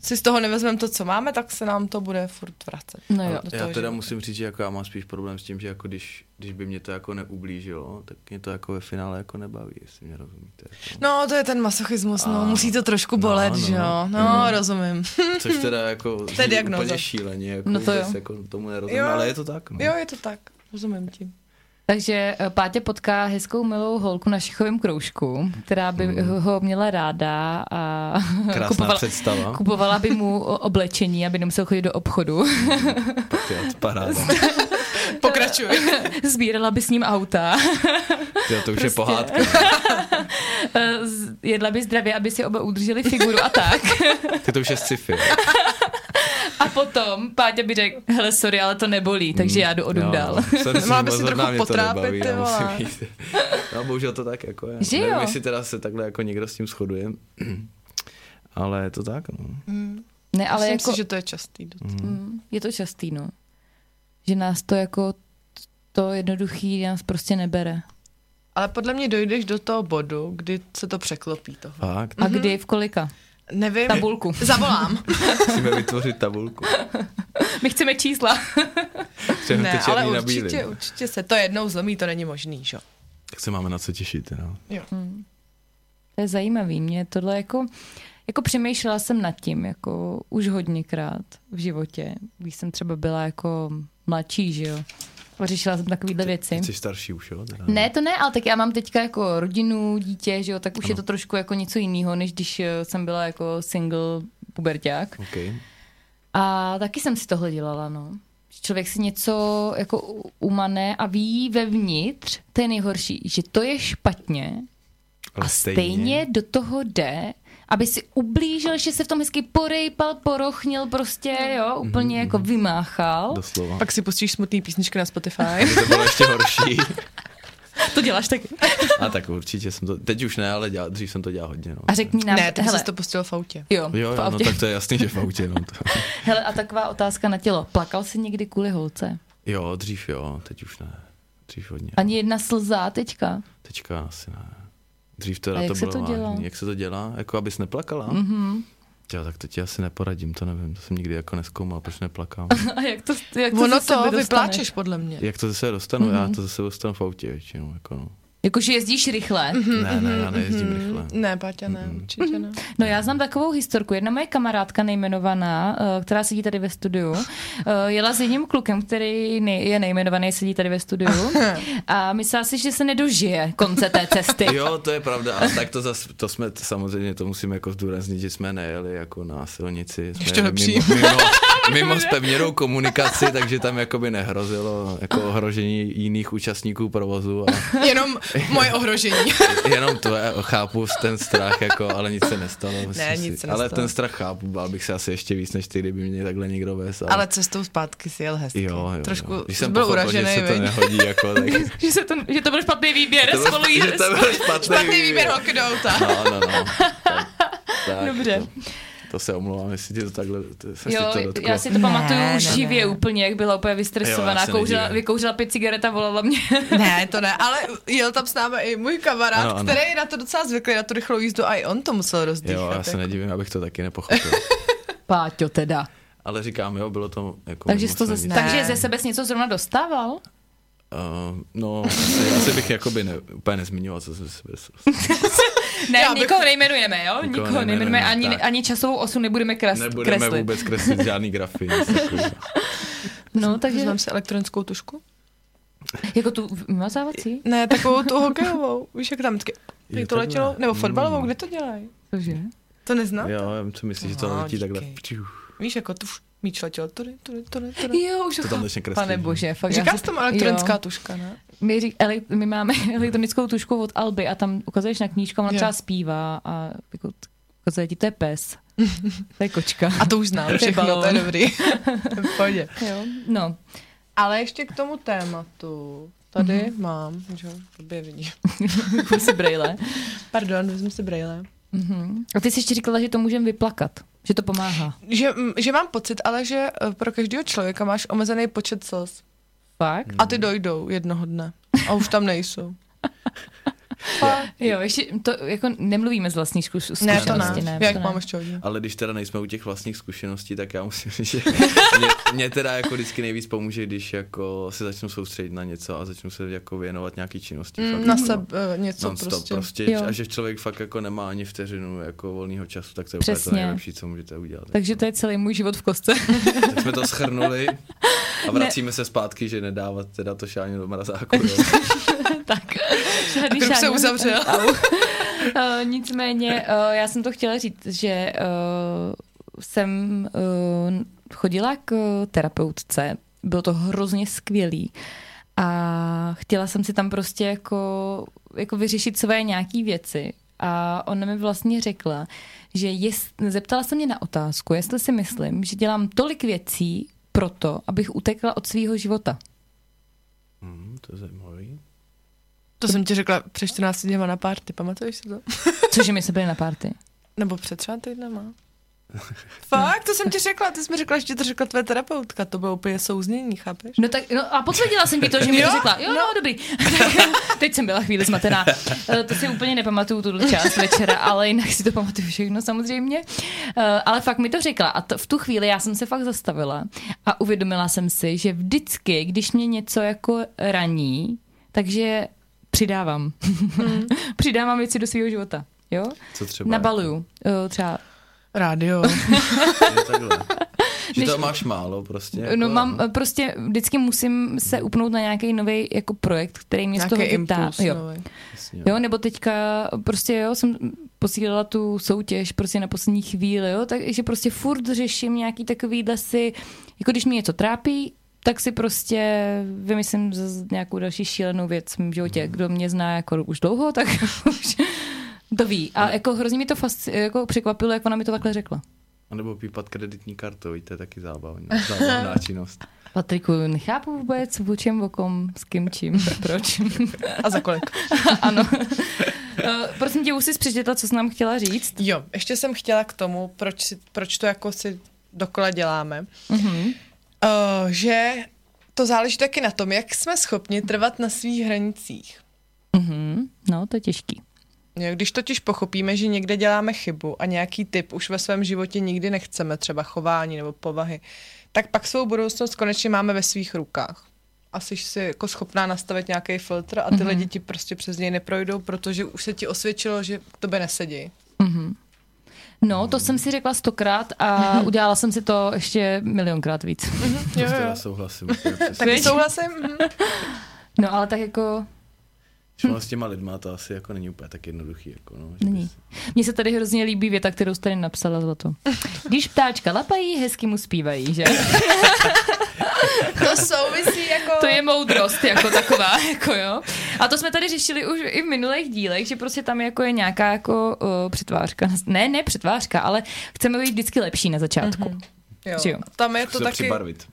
si z toho nevezmeme to, co máme, tak se nám to bude furt vracet. No jo. Do toho Já teda života. musím říct, že jako já mám spíš problém s tím, že jako když, když by mě to jako neublížilo, tak mě to jako ve finále jako nebaví, jestli mě rozumíte. Jako. No, to je ten masochismus, no, A- musí to trošku no, bolet, no, že jo? No, rozumím. [LAUGHS] Což teda jako je zní diagnoza. úplně šíleně, jako No no to to jo. jako tomu nerozumím, Jo. ale je to tak. No. Jo, je to tak, rozumím ti. Takže eh, Pátě potká hezkou milou holku na šichovém kroužku, která by ho měla ráda a [LAUGHS] Krásná no. kupovala, představa. kupovala by mu o- oblečení, aby nemusel chodit do obchodu. [LAUGHS] Tak jo, to paráda. [LAUGHS] Pokračuj. Sbírala by s ním auta. [LAUGHS] Jo, to už Prostě. je pohádka. Eh, z- Jedla by zdravě, aby si oba udrželi figuru a tak. Ty to už je [LAUGHS] sci-fi. A potom Páťa by řekl, hele sorry, ale to nebolí, takže já jdu Mm, odum dál. [LAUGHS] Mohla by si trochu potrápit, ty vole. No bohužel to tak jako je. Že jo? Nevím, jestli teda se takhle jako někdo s tím shoduje, [CLEARS THROAT] ale je to tak, no. Ne, ale Ale Myslím jako, si, že to je častý docela. mm, je to častý, no. Že nás to jako, to jednoduchý nás prostě nebere. Ale podle mě dojdeš do toho bodu, kdy se to překlopí toho. Fakt, A kdy, v kolika? Nevím. Tabulku. Zavolám. musíme vytvořit tabulku. My chceme čísla. Třeba [LAUGHS] ne, to ale černý na určitě, bílý. určitě se to jednou zlomí, to není možný, že? jo? Tak se máme na co těšit, no. To je zajímavý. Mě tohle jako, jako přemýšlela jsem nad tím, jako už hodněkrát v životě, když jsem třeba byla jako mladší, že jo. A řešila jsem takovýhle věci. Jsi starší už, jo? Teda. Ne, to ne, ale tak já mám teďka jako rodinu, dítě, že jo, tak už ano. je to trošku jako něco jiného, než když eh, jsem byla jako single puberták. Okay. A taky jsem si tohle dělala, no. Že Člověk si něco jako u- umane a ví vevnitř, to je nejhorší, že to je špatně, Ale a stejně... stejně do toho jde, aby si ublížil, že se v tom hezky porejpal, porochnil prostě, jo, úplně jako vymáchal. Doslova. Pak si pustíš smutný písničky na Spotify. To bylo ještě horší. To děláš taky. A tak určitě jsem to, teď už ne, ale dělal, dřív jsem to dělal hodně, no. A řekni nám, [LAUGHS] ne, ty hele, jsi to pustil v autě. jo, Jo, v jo, no autě. tak to je [LAUGHS] jasný, že v autě, no. To. hele, a taková otázka na tělo. Plakal jsi někdy kvůli holce? Jo, dřív jo, teď už ne. Dřív hodně. Ani jedna slzá teďka? Teďka asi ne. Dřív teda A jak to se bylo to dělá? Mhm. vážný. Jak se to dělá? Jako abys neplakala? Mm-hmm. Jo, tak to ti asi neporadím, to nevím, to jsem nikdy jako neskoumal, [LAUGHS] proč neplakám. A jak to, jak to ze Ono sebe to dostaneš? vypláčeš podle mě. Jak to ze sebe dostanu? Mhm. Mm-hmm. Já to ze sebe dostanu v autě většinou, jako no. Jakože jezdíš rychle. Mhm, Ne, ne, já nejezdím rychle. Ne, Páťa, ne, určitě [LAUGHS] ne. No já znám takovou historku. Jedna moje kamarádka nejmenovaná, eh, která sedí tady ve studiu, eh, jela s jedním klukem, který nej- je nejmenovaný, sedí tady ve studiu a myslela si, že se nedožije konce té cesty. Jo, to je pravda, ale tak to, zas, to jsme t- samozřejmě, to musím jako zdůraznit, že jsme nejeli jako na silnici. Jsme Ještě jeli lepší. [LAUGHS] Mimo, mimo, mimo spevněnou komunikaci, takže tam jakoby nehrozilo jako ohrožení jiných účastníků provozu a Jenom moje [LAUGHS] ohrožení. [LAUGHS] Jenom to je, chápu ten strach, jako, ale nic se nestalo. myslím Ne, si. nic se Ale nestalo. ten strach chápu, bál bych se asi ještě víc, než ty, kdyby mě takhle někdo vez. Ale cestou zpátky si jel hezky. jo, jo, Trošku jo. Když jsi jsem byl pochopil, uražený, že se to viď? nehodí, jako, [LAUGHS] tak [LAUGHS] že, se to, že to byl špatný výběr. to bylo, že to byl špatný, Špatný výběr [LAUGHS] hokidouta. No, no, no. Tak, [LAUGHS] tak, Dobře. To, to se omlouvám, jestli ti to takhle, to, se Jo, si Prostě to dotklo. já si to Ne, pamatuju ne, živě ne. úplně, jak byla úplně Jo, já vystresovaná, se kouřila, nedivím. vykouřila pět cigaret a volala mě. Ne, to ne, ale jel tam s námi i můj kamarád, ano, Ano, ano. ano. který je na to docela zvyklý, na tu rychlou jízdu a i on to musel rozdýchat. Jo, já se jako. nedivím, abych to [LAUGHS] taky nepochopil. Páťo teda. Ale říkám, jo, bylo to jako... Takže mimo jsi to zase, sebe. Ne. takže ze sebe jsi něco zrovna dostával? Uh, no, asi, asi bych jakoby ne, úplně nezmiňoval, co jsem si myslel. Ne, Já Já bych- nikoho nejmenujeme, jo? Nikoho Nikoho, nikoho nejmenujeme, nejmenujeme, ani, tak. ani časovou osu nebudeme kres, Nebudeme kreslit. vůbec kreslit žádný grafy. [LAUGHS] nic takového. No, takže Znám si elektronickou tušku? jako tu vymazávací? Ne, takovou tu hokejovou. [LAUGHS] Víš, jak tam vždycky Je jak to takhle. letělo? Nebo fotbalovou, Mm. kde to dělají? Cože? To no? neznám? Jo, já si myslím, že to Aha, letí takhle. díky. Víš, jako tu míč letěl. Tudy, tudy, tudy, tudy. Jo, už jako- To tam začne kreslit. Pane bože, fakt. já Říkáš se- tomu elektronická Jo. tuška, ne? My, řík, ele, my máme [LAUGHS] elektronickou tušku od Alby a tam ukazuješ na knížku, ona Jo. třeba zpívá a jako t- ukazuje ti, to je [LAUGHS] pes. To je kočka. A to už znám všechno, to je balón. dobrý. V Pohodě. Jo. No, Ale ještě k tomu tématu. Tady mm-hmm. mám, že jo, tobě vidím. kup si [LAUGHS] brejle. Pardon, vezmu si brejle. Mhm. A ty jsi ještě říkala, že to můžeme vyplakat, že to pomáhá. Že, mm, že mám pocit, ale že eh, pro každého člověka máš omezený počet slz. Fakt? A Mhm. ty dojdou jednoho dne. A už [LAUGHS] tam nejsou. Jo, ještě to jako nemluvíme z vlastní zkuš- Ne, zkušenosti. to ne. ne, Já to jich ne. mám ještě hodně. Ale když teda nejsme u těch vlastních zkušeností, tak já musím říct, [LAUGHS] že mě, mě teda jako vždycky nejvíc pomůže, když jako se začnu soustředit na něco a začnu se jako věnovat nějaký činnosti. Mm, fakt Na jako sebe eh, něco non-stop prostě. prostě. Jo. A že člověk fakt jako nemá ani vteřinu jako volného času, tak to je Přesně. úplně to nejlepší, co můžete udělat. Takže to je celý můj život v kostce. [LAUGHS] Tak jsme to schrnuli a vracíme se zpátky, že nedávat teda to šání do mrazáku. Jo. [LAUGHS] tak. A kruh se uzavřel. [LAUGHS] Eh, Nicméně, eh, já jsem to chtěla říct, že eh, jsem eh, chodila k eh, terapeutce, bylo to hrozně skvělý a chtěla jsem si tam prostě jako, jako vyřešit své nějaký věci a ona mi vlastně řekla, že jest, zeptala se mě na otázku, jestli si myslím, že dělám tolik věcí proto, abych utekla od svého života. Hmm, to je zajímavý. [LAUGHS] To jsem ti řekla před 14 dněma na párty, pamatuješ si to? Cože my jsme byli na párty. Nebo před třeba [LAUGHS] týdnema. Fakt, to jsem ti řekla, ty jsi mi řekla, že ti to řekla tvoje terapeutka, to bylo úplně souznění, chápeš? No tak, no a potvrdila jsem ti to, že mi Jo? to řekla. Jo, no, dobrý. [LAUGHS] Tak, Teď jsem byla chvíli zmatená. Eh, To si úplně nepamatuju tuhle část večera, ale jinak si to pamatuju všechno samozřejmě. Eh, Ale fakt mi to řekla a to, v tu chvíli já jsem se fakt zastavila a uvědomila jsem si, že vždycky, když mě něco jako raní, takže přidávám. Hmm. [LAUGHS] přidávám věci do svého života. Jo? Co třeba? Nabaluju. Eh, Třeba [LAUGHS] Rádio. Je [LAUGHS] takhle. Že Když- to máš málo prostě. No jako, mám, eh, prostě vždycky musím se upnout na nějaký nový jako projekt, který mě z toho Nějaký vytá. impuls. no. Jo. nový. jasně, jo, nebo teďka prostě jo, jsem posílala tu soutěž prostě na poslední chvíli, jo, takže prostě furt řeším nějaký takovýhle si, jako když mě něco trápí, tak si prostě vymyslím z nějakou další šílenou věc v mém životě. Kdo mě zná jako už dlouho, tak [LAUGHS] už to ví. A jako hrozně mi to fasc- jako překvapilo, jak ona mi to takhle řekla. A nebo pípat kreditní kartou, víte, to je taky zábavný, [LAUGHS] zábavná činnost. Patriku, nechápu vůbec, o čem, o kom, s kým, čím, proč. A za kolik? [LAUGHS] ano. [LAUGHS] Eh, Prosím tě, už jsi přečetla, co jsi nám chtěla říct? [LAUGHS] Jo, ještě jsem chtěla k tomu, proč, si, proč to jako si dokola děláme, Mhm. uh, že to záleží taky na tom, jak jsme schopni trvat na svých hranicích. Mhm. No, to je těžký. Jo, Když totiž pochopíme, že někde děláme chybu a nějaký typ už ve svém životě nikdy nechceme, třeba chování nebo povahy, tak pak svou budoucnost konečně máme ve svých rukách. A jsi si jako schopná nastavit nějaký filtr a ty mm-hmm. lidi ti prostě přes něj neprojdou, protože už se ti osvědčilo, že k tobě nesedí. Mm-hmm. No, to jsem si řekla stokrát a udělala jsem si to ještě milionkrát víc. Jo, jo. souhlasím. úplně přesně. Tak souhlasím? Mhm. No, ale tak jako... Když mám s těma lidma, to asi jako není úplně tak jednoduchý. Jako, no, že Není. bys- Mně se tady hrozně líbí věta, kterou jsi tady napsala zlato. Když ptáčka lapají, hezky mu zpívají, že? To souvisí jako... To je moudrost jako taková, [LAUGHS] jako jo. A to jsme tady řešili už i v minulých dílech, že prostě tam jako je nějaká jako uh, přetvářka. Ne, ne přetvářka, ale chceme být vždycky lepší na začátku. Mm-hmm. že jo. jo. Tam je Zkus to se taky... přibarvit.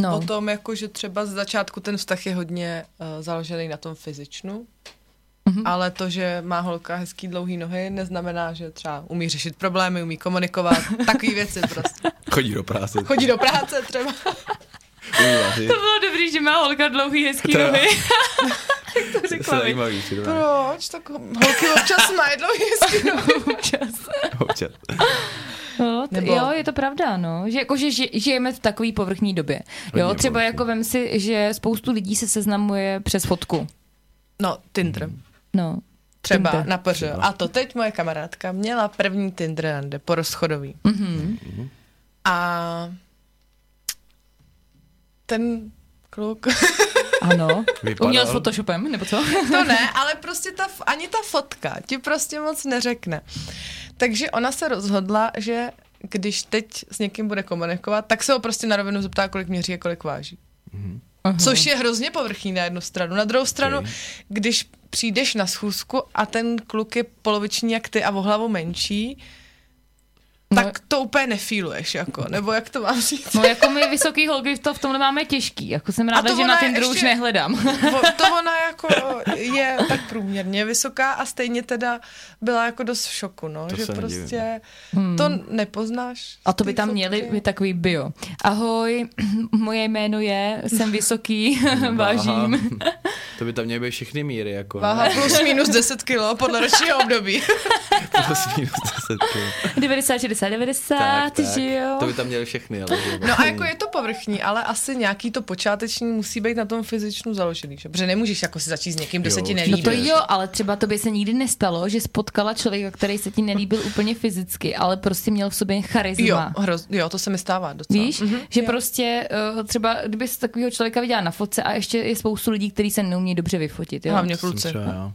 No, O tom, jako, že třeba z začátku ten vztah je hodně uh, založený na tom fyzičnu, mm-hmm. Mhm. ale to, že má holka hezký dlouhý nohy, neznamená, že třeba umí řešit problémy, [LAUGHS] umí komunikovat, takové věci prostě. Chodí do práce. Chodí do práce [LAUGHS] třeba. umí vařit. to bylo dobrý, že má holka dlouhý hezký To jo. nohy. to To je řekla bych zajímavý, že dobrá. Proč? Tak holky občas mají dlouhý hezký nohy. občas. [LAUGHS] Občas. No, t- Nebo- Jo, je to pravda, no. Že, jako, že ži- žijeme v takové povrchní době. Jo, Hodně třeba povrchní. jako vem si, že spoustu lidí se seznamuje přes fotku. No, Tinder. No, Třeba Tinder. na PŘ. A to teď moje kamarádka měla první Tinder rande po rozchodový. Mm-hmm. Mhm. A ten kluk, ano. Vypadal. Uměl s Photoshopem, nebo [LAUGHS] co? to ne, ale prostě ta, f- ani ta fotka ti prostě moc neřekne. Takže ona se rozhodla, že když teď s někým bude komunikovat, tak se ho prostě na rovinu zeptá, kolik měří a kolik váží. Což je hrozně povrchní na jednu stranu. Na druhou stranu, Okej. když přijdeš na schůzku a ten kluk je poloviční jak ty a o hlavu menší, No. tak to úplně nefíluješ, jako, nebo jak to mám říct. No jako my vysoký holky to v tomhle máme těžký. Jako jsem ráda, to že na ona je Tinderu už ještě- [LAUGHS] nehledám. O- To ona jako je tak průměrně vysoká a stejně teda byla jako dost v šoku, no, To že se nedivím. prostě hmm. to nepoznáš. A to z by té tam fotky. měli by takový bio. Ahoj, [CLEARS THROAT] moje jméno je, jsem vysoký, [LAUGHS] vážím. [LAUGHS] Váha. To by tam měly být všechny míry, jako. [LAUGHS] Váha plus minus 10 kilo podle ročního období. No, plus minus 10 kilo. 90, 60, 90, že jo? To by tam měly všechny, ale že No a jako je to povrchní, ale asi nějaký to počáteční musí být na tom fyzičnu založený, že? Protože nemůžeš jako si začít s někým, kdo Jo, se určitě. ti nelíbí. No to jo, ale třeba tobě se nikdy nestalo, že spotkala člověka, který se ti nelíbil úplně fyzicky, ale prostě měl v sobě Jo, Mhm. charisma. hroz, jo, to se mi stává docela. Víš, mm-hmm, že jo. prostě uh, třeba kdyby jsi takového člověka viděla na fotce a ještě je spoustu lidí, kteří se neumí dobře vyfotit. Jo? Hlavně Jsem kluci. třeba já.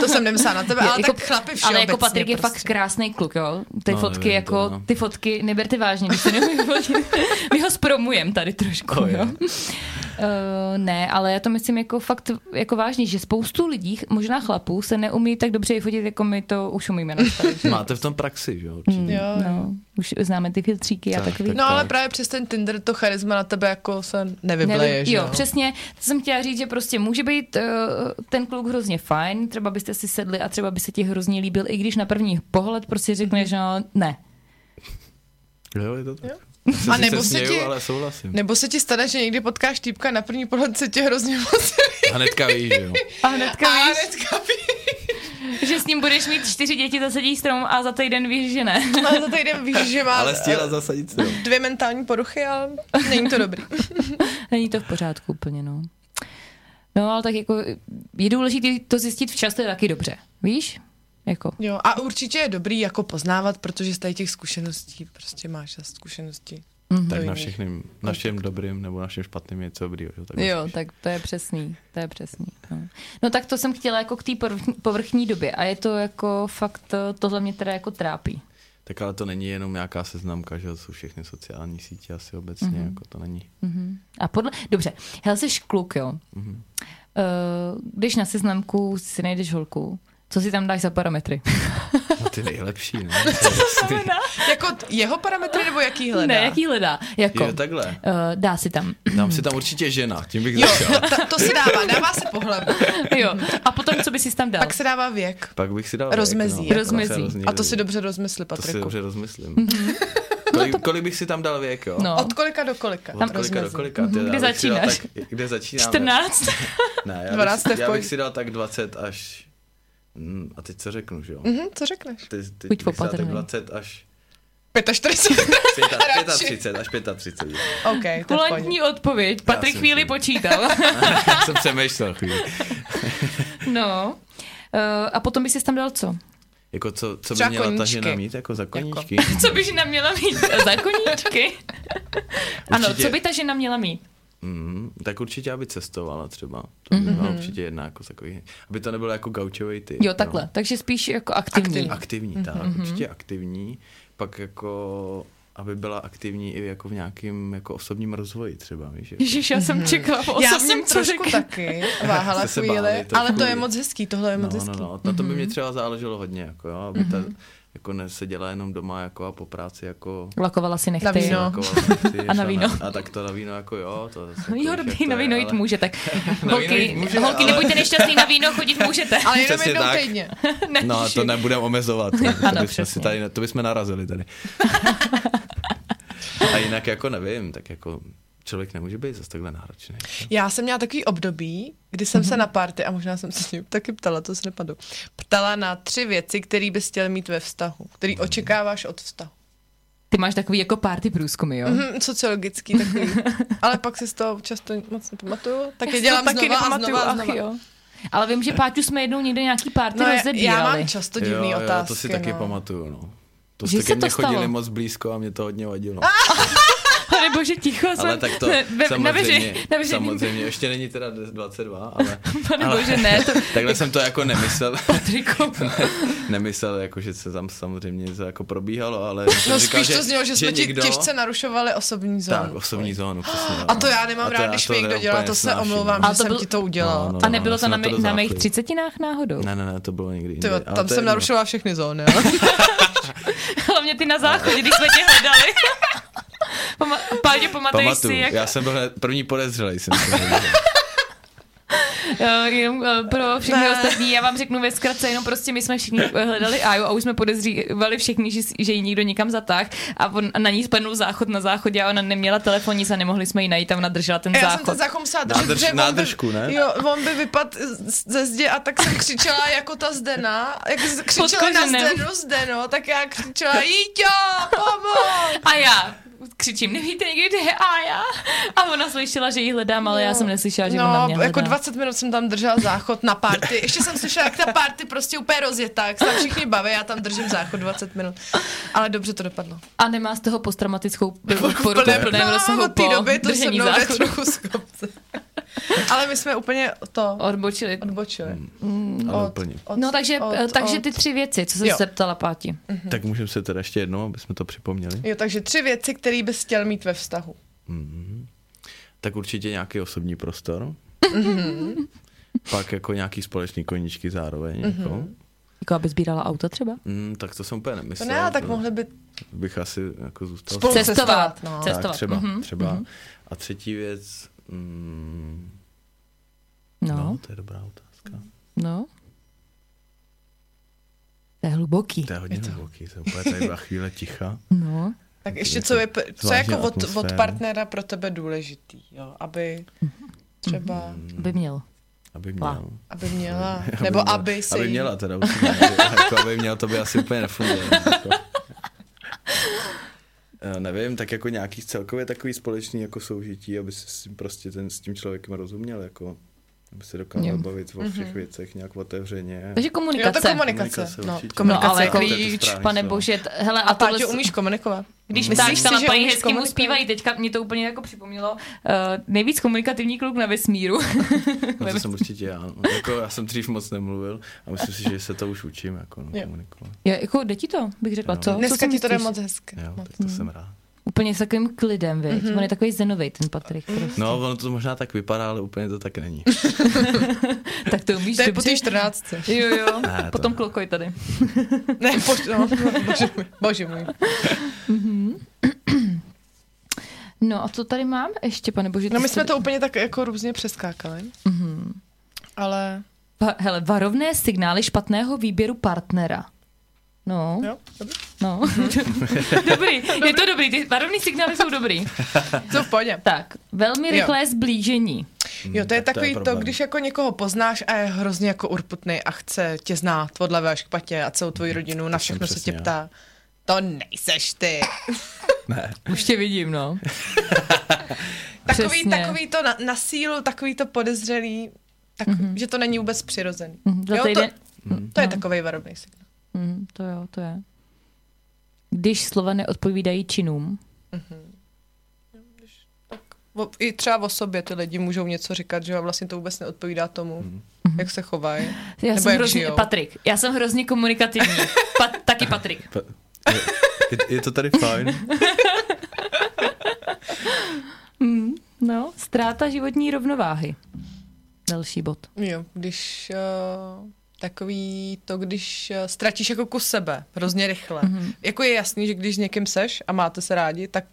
To jsem nemyslela na tebe, Jo, ale tak chlapi všeobecně. ale jako Patrik je prostě. fakt krásný kluk, jo. Ty no, No, fotky nevím, jako, to no. ty fotky neberte vážně, když se neumí fotit. [LAUGHS] My ho zpromujeme tady trošku, Oh, jo. jo. Uh, ne, ale já to myslím jako fakt jako vážně, že spoustu lidí, možná chlapů, se neumí tak dobře fotit, jako my to už umíme. na starý. Máte v tom praxi, že jo? určitě. [LAUGHS] Jo, jo. No, už známe ty filtříky a Tak, takový. tak. No ale právě přes ten Tinder to charisma na tebe jako se nevybleje, že jo, přesně. To jsem chtěla říct, že prostě může být uh, ten kluk hrozně fajn, třeba byste si sedli a třeba by se ti hrozně líbil, i když na první pohled prostě řekneš, no ne. Jo, je to tak. A Sice nebo se se směju, ti- ale souhlasím. Nebo se ti stane, že někdy potkáš týpka na první pohled se tě hrozně moc [LAUGHS] líbí. A hnedka víš, [LAUGHS] že jo. A hnedka A víš, hnedka víš. že s ním budeš mít čtyři děti za sedí strom a za týden víš, že ne. A za týden víš, že má Ale stihla zasadit se. jo. dvě mentální poruchy, ale není to dobrý. Není to v pořádku úplně, no. No, ale tak jako je důležité to zjistit včas, to je taky dobře. Víš? Jako. [LAUGHS] Jo, a určitě je dobrý jako poznávat, protože z tady těch zkušeností prostě máš a zkušeností. Tak To na jiný. všechným, na všem dobrým nebo na všem špatným je něco dobrýho. že takhle Jo, spíš. tak to je přesný, to je přesný. No, no tak to jsem chtěla jako k té povrchní, povrchní době a je to jako fakt, eh, tohle mě teda jako trápí. Tak ale to není jenom nějaká seznamka, že jo, jsou všechny sociální sítě asi obecně, Mhm. mm-hmm. jako to [LAUGHS] není. A podle, dobře, hele, jsi kluk, jo. Mm-hmm. Když na seznamku si najdeš holku, co si tam dáš za parametry? No ty nejlepší, [LAUGHS] ne? To je jasný. Jako t- jeho parametry nebo jaký hledá? Ne, jaký hledá? Jako, Jo, takhle. eh, dá si [LAUGHS] tam. Dám si tam určitě žena, tím bych Jo, začal. ta, to se dává, dává se pohlaví. jo. A potom, co bys si tam dal? Pak se dává věk. Pak bych si dal... no, Rozmezí, věk, jako. Rozmezí. se rozmíří. A to si dobře Mhm. No rozmysli, no. To si Patriku. dobře rozmyslím. kolik, kolik bych si tam dal věk, jo? No. Od kolika do kolika? Od kolika do rozmezí. kolika? Ty, Mhm. Kde já bych si dal začínáš? Tak, kde začínáme? 14? Ne, já 12 bych, jste v já bych poli- si dal tak 20 až... Hmm, a teď co řeknu, že jo? Mhm, co řekneš? Ty, Buď ty, bych si dal tak opatrný. 20 až... 45. 35 až 35. OK, [LAUGHS] to je v pohodě. Kulantní odpověď. Patrik si chvíli myslím. [LAUGHS] počítal. Já jsem přemýšlel chvíli. No. Eh, A potom bys si tam dal co? Jako co, co by Třeba měla ta koníčky. žena mít, jako za koníčky? [LAUGHS] Co by žena měla mít za koníčky? Ano, Určitě. co by ta žena měla mít? Mm, tak určitě, aby cestovala třeba. To by Mhm. byla určitě jedna jako z takových. Aby to nebylo jako gaučovej ty. Jo, takhle. Takže spíš jako aktivní. Mhm. No. Aktivní, tak, určitě aktivní. Pak jako aby byla aktivní i jako v nějakém jako osobním rozvoji třeba, víš? Jako. Ježíš, já jsem čekala po Já osobním jsem trošku člověku. taky váhala Jste se chvíli, báli trošku. ale to je moc hezký, tohle je No, moc no, hezký. Mhm. no, na to by mě třeba záleželo hodně, jako jo, aby ta, jako neseděla jenom doma jako a po práci jako Lakovala si nechty. Na víno. jako, [LAUGHS] ty, šla No. na víno. A tak to na víno jako jo, to zase jako, [LAUGHS] Jo, víš, jak dobrý, to na je, víno jít ale- [LAUGHS] může, tak Na víno holky, jít může, holky ale- nebuďte nešťastný, na víno chodit můžete. Ale jenom Přesně jednou tak. týdně. [LAUGHS] No, to nebudeme omezovat. [LAUGHS] Ano, to, bychom si přesně. tady, to bychom [LAUGHS] narazili tady. A jinak jako nevím, tak jako člověk nemůže být zase takhle náročný. Já jsem měla takový období, kdy jsem Mhm. se na party, a možná jsem se s ním taky ptala, to se nepadu, ptala na tři věci, které bys chtěl mít ve vztahu, který Mhm. očekáváš od vztahu. Ty máš takový jako party průzkumy, jo? Mm, [LAUGHS] sociologický takový. Ale pak si z toho často moc nepamatuju. Tak Já je si dělám to taky znova a nepamatuju, znova a ach znova. jo. Ale vím, že Páťu jsme jednou někde nějaký party No, no, já, rozebírali. já mám často divný jo, otázky. to si taky no. pamatuju, no. To Že jste se ke to mně chodili stalo? moc blízko a mě to hodně vadilo. Pane bože, ticho jsem. Ale tak to ne, ve- na samozřejmě, veře- na veře- samozřejmě, ještě není teda 22, [LAUGHS] ale Pane bože, ne, to takhle jsem to [LAUGHS] jako nemyslel. [LAUGHS] Patriku. [LAUGHS] nemyslel, jako, že se tam samozřejmě to jako probíhalo, ale No jsem spíš říkal, to znělo, že, jsme ti těžce narušovali osobní zónu. Tak, osobní zónu, přesně. no. A to já A nemám to rád, já když to mi někdo úplně no. dělá, to se nesnáším. omlouvám, A že to jsem byl- ti to udělala. No, no. A nebylo já to jsem na, na mi- to na mých dozáchlý. třicetinách náhodou? Ne, ne, ne, to bylo někdy Ty, jindy. jo, ale tam to je jsem jedno. narušila všechny zóny. [LAUGHS] Hlavně ty na záchodě, když jsme tě hledali. Pama- Páťo, pamatuješ si, no, Pamatuju, jak já jsem byl hned první podezřelý, jsem se [LAUGHS] Eh, jenom eh, pro všechny Ne. ne. ostatní, já vám řeknu ve zkratce, jenom prostě my jsme všichni eh, hledali Aju a už jsme podezřívali všichni, že, že ji někdo někam zatáh a on, na ní spadnul záchod na záchodě a ona neměla telefon, nic a nemohli jsme ji najít a ona držela ten A Já jsem záchod. ten záchod musela držet, Nádrž- protože on by- nádržku, ne? Jo, on by vypadl z- ze zdi a tak jsem křičela jako ta Zdena, jak z- křičela Pod na koženem. Zdenu Zdeno, tak já křičela Jíťo, pomoc! A já křičím, nevíte někdy, kde je Aja? A ona slyšela, že ji hledám, ale já jsem neslyšela, že ona No, mě hledá. jako 20 minut jsem tam držela záchod na party. Ještě jsem slyšela, jak ta party prostě úplně rozjetá, jak se tam všichni baví, já tam držím záchod 20 minut. Ale dobře to dopadlo. A nemá z toho [LAUGHS] posttraumatickou poruchu v plném No, rozsahu od té po doby to se držení mnou jde záchodu. trochu z [LAUGHS] kopce. Ale my jsme úplně to Odbočili. odbočili. Hmm, Ale úplně. od, No takže, od- eh, takže od- ty tři věci, co jsem Jo. Mm. se ptala Páti. Mhm. Tak můžeme se teda ještě jednou, aby jsme to připomněli. Jo, takže tři věci, které bys chtěl mít ve vztahu. Mhm. Tak určitě nějaký osobní prostor. Mhm. [LAUGHS] Pak jako nějaký společný koníčky zároveň. Jako. Jako aby sbírala auta třeba? Mm, tak to jsem úplně Mhm. To nemyslel. ne, ale tak mohli by Bych asi jako zůstal. spolu Cestovat. cestovat. No. Cest- Tak, cestovat. třeba, třeba. A třetí věc, mm, No, no, no. to je dobrá otázka. no. To je hluboký. To je hodně hluboký, to je úplně tady byla chvíle ticha. No. Tak ještě co je, p- co je Zvláštní jako od, od atmosféra. partnera pro tebe důležitý, jo? Aby třeba, By měl. Aby měl. Lá. aby měla, No, nebo měla, aby se Hmm. Aby jí- měla teda, určitě. jako, aby měla, to by asi úplně nefungovalo. Jako. Eh, Nevím, tak jako nějaký celkově takový společný jako soužití, aby se s tím prostě ten s tím člověkem rozuměl, jako aby se dokázal bavit o všech věcech nějak otevřeně. Takže Jo, to komunikace. komunikace. Komunikace No, určitě. komunikace No, ale je jako- klíč. To je to Pane no. bože, t- hele, A a tohle... Páťo, umíš komunikovat? Když Myslíš tak si, tam že paní umíš hezky mu komunikovat? zpívají, teďka mě to úplně jako připomnělo, uh, nejvíc komunikativní kluk na [LAUGHS] vesmíru. No to jsem určitě já. no. Jako, já jsem dřív moc nemluvil a myslím si, že se to už učím, jako no, Jo. komunikovat. Já, jako, jde ti to, bych řekla, Jo. co? co Dneska si ti to jde myslíš? moc hezky. Jo, tak to jsem rád. Úplně s takovým klidem, viď? Mm-hmm. On je takový zenový, ten Patrik. Prostě. No, ono to možná tak vypadá, ale úplně to [LAUGHS] tak není. Tak to umíš To je po dobře. té 14. Jo, jo, [LAUGHS] Ne, to potom ne. klokoj tady. Ne, po, no, [LAUGHS] bože můj, bože můj. No a co tady mám ještě, pane bože? No ty my jsi jsme tady- to úplně tak jako různě přeskákali. Ale Pa, hele, varovné signály špatného výběru partnera. No, jo, dobrý. no. [LAUGHS] Dobrý, je to dobrý, ty varovný signály jsou dobrý. to v pohodě. tak, velmi Jo. rychlé zblížení. Jo, to je tak to je takový to, problém. když jako někoho poznáš a je hrozně jako urputný a chce tě znát od levé až k patě a celou tvoji rodinu, na všechno se tě přesně já. ptá. To nejseš ty. Už tě vidím, no. Takový, Přesně. takový to na, na sílu, takový to podezřelý, tak, mm-hmm. že to není vůbec přirozený. Mhm, za Jo, to, týden- to je takový varovný signál. Mhm, Mm, to jo, to je. Když slova neodpovídají činům. O- I třeba o sobě ty lidi můžou něco říkat, že jo, a vlastně to vůbec neodpovídá tomu, mm. jak se chovají. Já nebo jsem jak hrozně, žijou. Patrik, já jsem hrozně [LAUGHS] komunikativní. Pat, taky Patrik. Pa- Je, je to tady fajn. No, ztráta životní rovnováhy. Další bod. Jo, když uh, takový to, když uh, ztratíš jako kus sebe hrozně rychle. Mhm. Mm-hmm. Jako je jasný, že když s někým seš a máte se rádi, tak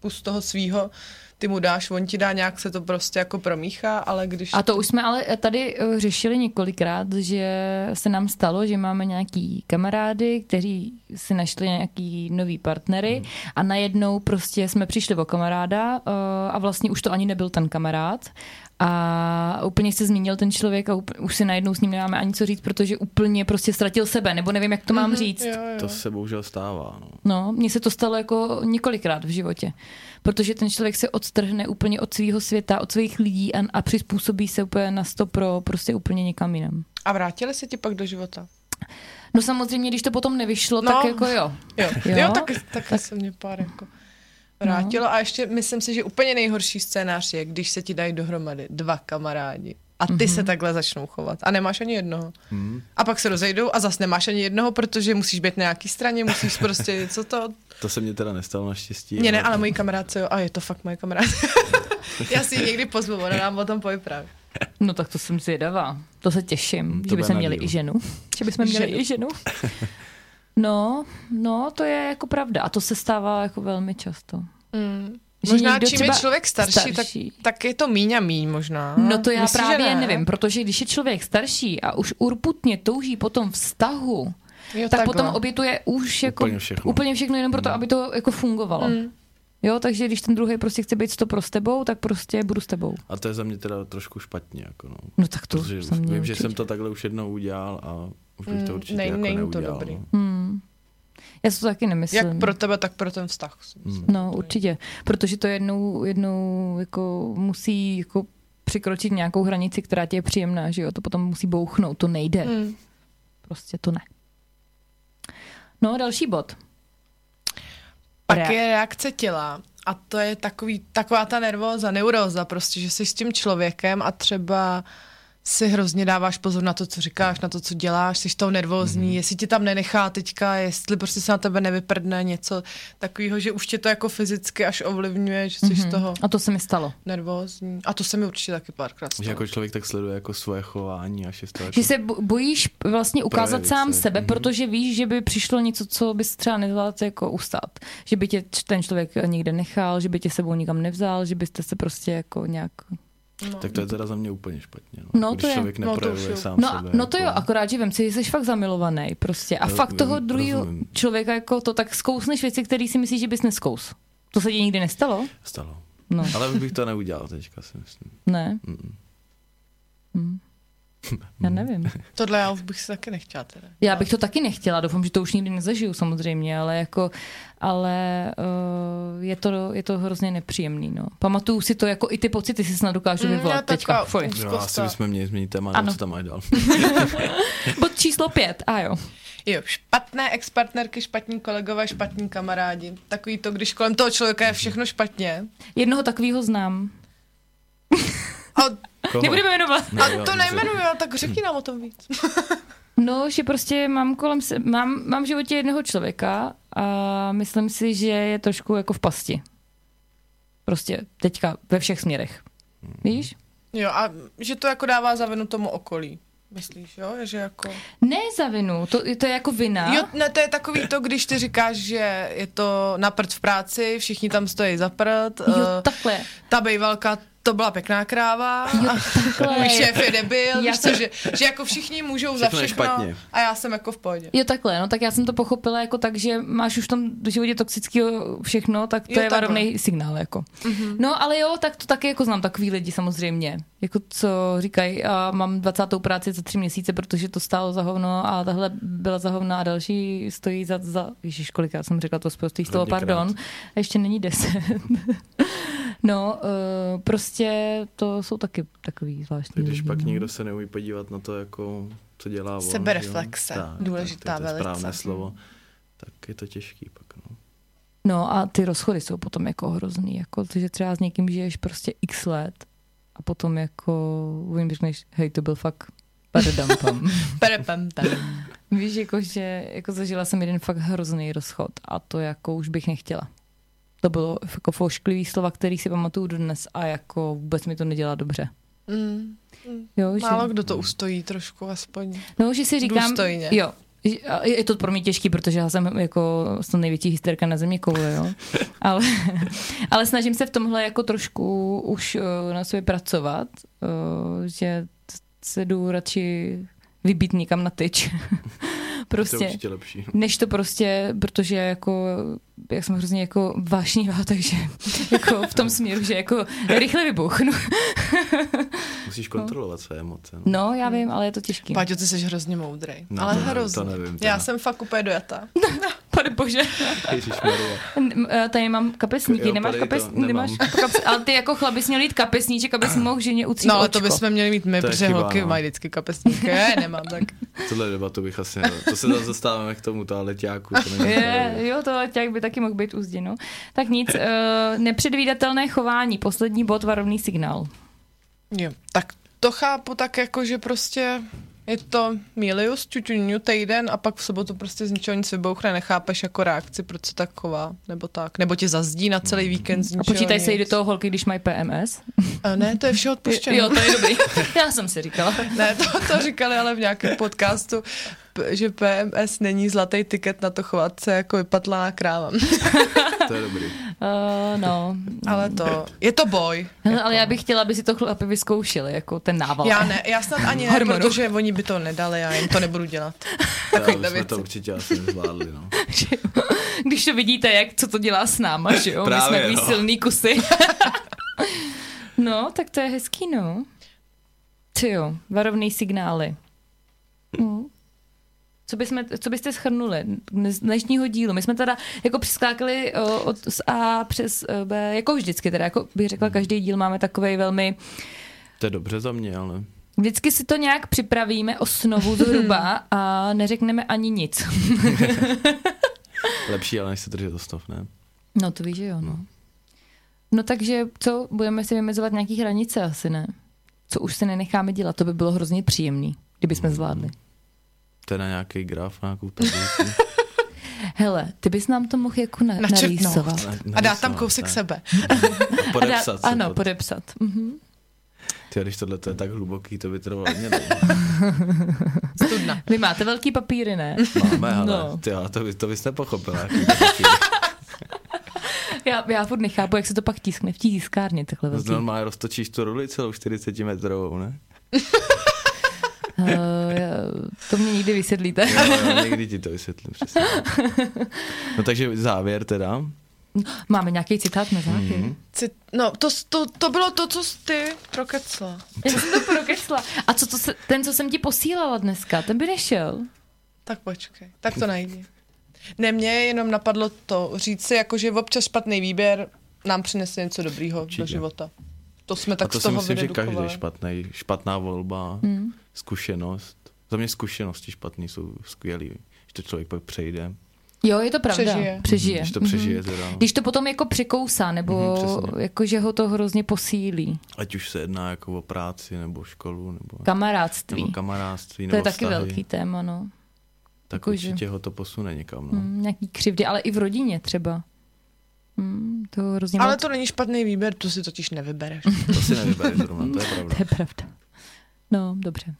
kus toho svýho ty mu dáš, on ti dá, nějak se to prostě jako promíchá, ale když... A to už jsme ale tady eh, řešili několikrát, že se nám stalo, že máme nějaký kamarády, kteří si našli nějaký nový Hmm. partnery a najednou prostě jsme přišli o kamaráda eh, a vlastně už to ani nebyl ten kamarád a úplně se zmínil ten člověk a úplně, už si najednou s ním nemáme ani co říct, protože úplně prostě ztratil sebe, nebo nevím, jak to mám říct. Mhm, Jo, jo. To se bohužel stává. No. No, mně se to stalo jako několikrát v životě, protože ten člověk se odstrhne úplně od svého světa, od svých lidí a, a přizpůsobí se úplně na sto pro prostě úplně někam jinam. A vrátili se ti pak do života? No samozřejmě, když to potom nevyšlo, No. no. tak jako jo. [LAUGHS] Jo, Jo? jo? jo tak, tak, tak se mě pár jako vrátilo. No. A ještě myslím si, že úplně nejhorší scénář je, když se ti dají dohromady dva kamarádi a ty Mhm. mm-hmm. se takhle začnou chovat a nemáš ani jednoho. Mm. A pak se rozejdou a zas nemáš ani jednoho, protože musíš být na nějaký straně, musíš prostě něco to... To se mně teda nestalo naštěstí. Mně ne, ale můj kamarád se jo, a je to fakt moje kamarád. [LAUGHS] Já si ji někdy pozvu, ona nám o tom povypráví. No tak to jsem zvědavá. To se těším, to že bude bychom na měli díl. i [LAUGHS] ženu. Že bychom měli Ženu. i ženu. [LAUGHS] No, no, to je jako pravda. A to se stává jako velmi často. Že Mm. Možná někdo čím je třeba člověk starší, starší. Tak, tak je to míň a míň možná. No to já Myslíš, že právě ne? nevím, protože když je člověk starší a už urputně touží potom vztahu, Jo, tak takhle. potom obětuje už jako Úplně všechno. Mm. úplně všechno jenom proto, aby to jako fungovalo. Mm. Jo, takže když ten druhý prostě chce být to pro s tebou, tak prostě budu s tebou. A to je za mě teda trošku špatně. Jako no. No tak to Protože za mě vím, že určitě. jsem to takhle už jednou udělal a už bych to Mm, určitě ne- jako není to neudělal. dobrý. no. Hmm. Já si to taky nemyslím. Jak pro tebe, tak pro ten vztah. si myslím. No určitě, protože to jednou, jednou jako musí jako překročit nějakou hranici, která ti je příjemná, že jo, to potom musí bouchnout, to nejde. Mm. Prostě to ne. No další bod. Pak Rea- je reakce těla a to je takový, taková ta nervóza, neuróza prostě, že jsi s tím člověkem a třeba si hrozně dáváš pozor na to, co říkáš, na to, co děláš, jsi to nervózní, mm-hmm. jestli ti tam nenechá teďka, jestli prostě se na tebe nevyprdne něco takového, že už tě to jako fyzicky až ovlivňuje, že jsi mm-hmm. z toho A to se mi stalo. nervózní. A to se mi určitě taky párkrát Že stalo. jako člověk tak sleduje jako svoje chování a šestá. Že se bo- bojíš vlastně ukázat Projevit sám se. se. sebe, protože víš, že by přišlo něco, co bys třeba nedvládl jako ustát. Že by tě č- ten člověk někde nechal, že by tě sebou nikam nevzal, že byste se prostě jako nějak... Tak to je teda za mě úplně špatně. No, No, Jako to když je- člověk no, to už neprojevuje jo. sám No, a, sebe. no to jako- jo, akorát, že vem si, že jsi fakt zamilovaný prostě. A Jo, fakt vím, toho druhého rozumím. člověka jako to tak zkousneš věci, které si myslíš, že bys neskous. To se ti nikdy nestalo? Stalo. No, Ale už bych to neudělal teďka, si myslím. ne. Mm. Já Mm. nevím. Tohle já už bych si taky nechtěla teda. Já bych to taky nechtěla, doufám, že to už nikdy nezažiju samozřejmě, ale jako, ale uh, je, to, je to hrozně nepříjemný, no. Pamatuju si to jako i ty pocity si snad dokážu Mm, vyvolat já mm, teďka. taková- Fuj. Jo, No, asi Zkuste. bychom měli změnit téma, nebo Ano. co tam mají [LAUGHS] dál. Bod číslo pět, a jo. Jo, špatné expartnerky, špatní kolegové, špatní kamarádi. Takový to, když kolem toho člověka je všechno špatně. Jednoho takového znám. A Koho? Nebudeme jmenovat. No, A jo, to dobře. nejmenuji, ale tak řekni nám o tom víc. No, že prostě mám kolem se, mám, mám v životě jednoho člověka a myslím si, že je trošku jako v pasti. Prostě teďka ve všech směrech. Víš? Jo, a že to jako dává za vinu tomu okolí. Myslíš, jo? Že jako... Ne za vinu, to, to je jako vina. Jo, ne, to je takový to, když ty říkáš, že je to na prd v práci, všichni tam stojí za prd. jo eh, takhle. ta bejvalka, to byla pěkná kráva. Jo, a takhle. [LAUGHS] Můj šéf je debil, Já víš co, jsem- že, že jako všichni můžou Všechno za je všechno špatně. a já jsem jako v pohodě. Jo takhle, no tak já jsem to pochopila jako tak, že máš už v tom životě toxického všechno, tak to Jo, jo, je takhle. Mhm. varovný signál jako. Mm-hmm. No ale jo, tak to taky jako znám takový lidi samozřejmě, jako co říkají, a mám 20. práci za tři měsíce, protože to stálo za hovno a tahle byla za hovno a další stojí za, za ježiš, kolikrát jsem řekla to zprostý slovo, Hodněkrát. pardon, a ještě není deset. [LAUGHS] no, uh, prostě to jsou taky takový zvláštní Když lidi, pak no. někdo se neumí podívat na to, jako, co dělá on. Sebereflexe. že jo? Tak, Důležitá Hmm. tak, to je správné velice. slovo. Tak je to těžký pak, no. No a ty rozchody jsou potom jako hrozný, jako to, že třeba s někým žiješ prostě x let a potom jako vím, řekneš, hej, to byl fakt paradumpam. Perepem tam. Víš, jako, že jako zažila jsem jeden fakt hrozný rozchod a to jako už bych nechtěla. To bylo jako fošklivý slova, který si pamatuju dodnes a jako vůbec mi to nedělá dobře. Mm. Jo, že, Málo kdo to ustojí trošku aspoň. no, že si říkám, důstojně. jo, že- a je to pro mě těžký, protože já jsem jako jsem největší hysterka na země koule, [LAUGHS] jo. Ale, ale snažím se v tomhle jako trošku už eh, na sobě pracovat, eh, že se jdu radši vybít někam na [LAUGHS] tyč. prostě. To je určitě lepší. než to prostě, protože jako, jak jsem hrozně jako vášnivá, takže jako v [LAUGHS] tom směru, že jako rychle vybuchnu. Musíš No. kontrolovat své emoce. No. No, já vím, ale je to těžký. Páťo, ty jsi hrozně moudrej. No, ale to nevím, hrozně. to nevím, to Já ne. [LAUGHS] jsem fakt úplně dojata. Pane bože. Ježišmarja. N- m- eh, Tady mám kapesníky, Jo, nemáš tady to kapes, nemám. nemáš kapes, ale ty jako chlap bys měl jít kapesníček, abys mohl ženě utřít No ale očko. to bychom měli mít my, To je protože chyba, holky no. mají vždycky kapesníky. Já je nemám tak. [LAUGHS] Tohle debatu bych asi nedal. To se tam zastáváme k tomu toaleťáku. To není Je, jo, to leták by taky mohl být uzdě, no. Tak nic, uh, nepředvídatelné chování, poslední bod, varovný signál. Jo, tak to chápu tak jako, že prostě je to milius, čučuňu týden a pak v sobotu prostě z ničeho nic vybouchne, nechápeš jako reakci, proč se tak chová, nebo tak, nebo tě zazdí na celý víkend z A ničeho počítaj se i nic. do toho holky, když mají PMS. A ne, to je vše [LAUGHS] odpuštěno. Jo, to je [LAUGHS] dobrý. Já jsem si říkala. Ne, to, to říkali ale v nějakém podcastu, p- že PMS není zlatý tiket na to chovat se jako vypatlaná kráva. To je dobrý. Uh, no, Ale to, je to boj. Hele, ale já bych chtěla, aby si to chlapi vyzkoušeli, jako ten nával. Jako- Já ne, já snad ani ne, Hormonů. protože oni by to nedali, já jim to nebudu dělat. Já, už Takovýhle jsme to věci. určitě asi nezvládli. No. Že jo? [LAUGHS] Když to vidíte, jak co to dělá s náma, že jo? My Právě, jsme takový no. silný kusy. [LAUGHS] no, tak to je hezký, no. Ty jo, varovný signály. Mm. Co, bychom, co byste schrnuli dnes- z dnešního dílu? My jsme teda jako přeskákali o, od z A přes eh, B, jako vždycky teda, jako bych Hmm. řekla, každý díl máme takový velmi To je dobře za mě, ale Vždycky si to nějak připravíme osnovu [LAUGHS] zhruba a neřekneme ani nic. lepší, ale než se držet ostav, ne? No to víš, že jo. No. no takže co, budeme si vymezovat nějaký hranice asi, ne? Co už se nenecháme dělat, to by bylo hrozně příjemný, kdyby Hmm. jsme zvládli. To je na nějaký graf, na nějakou tabulku. [LAUGHS] Hele, ty bys nám to mohl jako na, Načrtnout. narýsovat. Na- A dá tam narysovat, kousek no, ne? sebe. [LAUGHS] A Podepsat. A se dá- ano, pod- podepsat. Mhm. Ty, když tohle to je tak hluboký, to by trvalo hodně dlouho. Studna. Vy máte velký papíry, [LAUGHS] ne? Máme, ale No. no. ty, ale to, by, to bys nepochopila. [LAUGHS] Já, já furt nechápu, jak se to pak tiskne v té tiskárně takhle velký. Normálně roztočíš tu ruli celou 40 metrovou, ne? [LAUGHS] Uh, to mě nikdy [LAUGHS] vysvětlíte. Jo, jo, někdy ti to vysvětlím přesně. No takže závěr teda. Máme nějaký citát na závěr? Mhm. Mm-hmm. Cit- No, to, to, to bylo to, co jsi ty prokecla. Já jsem to prokecla. A co, co se, ten, co jsem ti posílala dneska, ten by nešel. Tak počkej, tak to najdi. Ne, mě jenom napadlo to říct si, jako, že občas špatný výběr nám přinese něco dobrýho do Určitě. života. To jsme tak a to z si toho Hmm. myslím, že vydedukovali. každý špatný, špatná volba, mm. zkušenost. Za mě zkušenosti špatný jsou skvělý, že to člověk pak přejde, Jo, je to pravda. Přežije. Přežije. když to Mhm. přežije teda. Když to potom jako překousá, nebo Mhm, mm, přesně. jako, že ho to hrozně posílí. Ať už se jedná jako o práci, nebo školu, nebo, Kamarádství. nebo kamarádství, to nebo je taky vztahy, velký téma, no. tak jakože- určitě ho to posune někam. No. Mm, nějaký křivdy, ale i v rodině třeba. Mm, to hrozně Ale moc- to není špatný výběr, to si [LAUGHS] totiž nevybereš. To si nevybereš zrovna, to je pravda. To je pravda. No, dobře.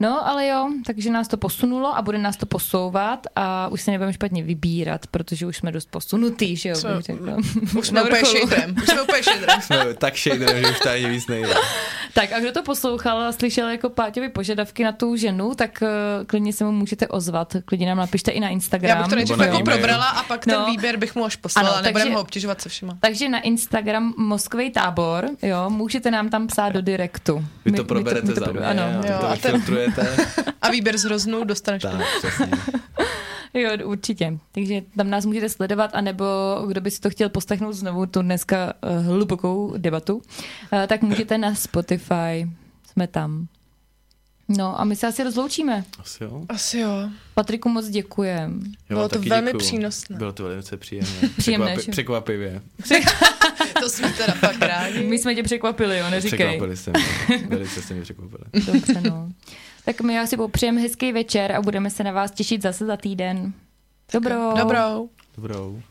No, ale jo, takže nás to posunulo a bude nás to posouvat a už se nebudeme špatně vybírat, protože už jsme dost posunutý, že jo, Co? bych řekla. [LAUGHS] Už jsme Na úplně vrcholu. šejdrem. Už jsme [LAUGHS] úplně šejdrem. Jsme No, tak šejdrem, že už tady ani víc nejde. Tak a kdo to poslouchal a slyšel jako Páťovi požadavky na tu ženu, tak eh, klidně se mu můžete ozvat, klidně nám napište i na Instagram. Já bych to nejdřív Nebo na jako e-mail. probrala a pak No. ten výběr bych mu až poslala. Ano, Nebudeme takže- ho obtěžovat se všema. Takže na Instagram Moskvej tábor, jo, můžete nám tam psát do direktu. Vy My- to proberete my to- my za to- mě, Ano, ano, Jo, to a ten- vyfiltrujete. A výběr z roznů [LAUGHS] dostaneš Tak, to. přesně. Jo, určitě. Takže tam nás můžete sledovat, anebo kdo by si to chtěl postechnout znovu, tu dneska uh, eh, hlubokou debatu, uh, tak můžete na Spotify. Jsme tam. No a my se asi rozloučíme. [LAUGHS] Asi jo. Asi jo. Patriku moc děkujem. Já Bylo vám to taky velmi děkuju. přínosné. Bylo to velice příjemné. Příjemné, Překvapi- že? Překvapivě. To jsme teda fakt rádi. My jsme tě překvapili, jo, neříkej. Překvapili jste mě. [LAUGHS] Velice jste mě překvapili. Dobře, no. Tak my asi popřejeme hezký večer a budeme se na vás těšit zase za týden. Dobro. Dobrou. Dobrou.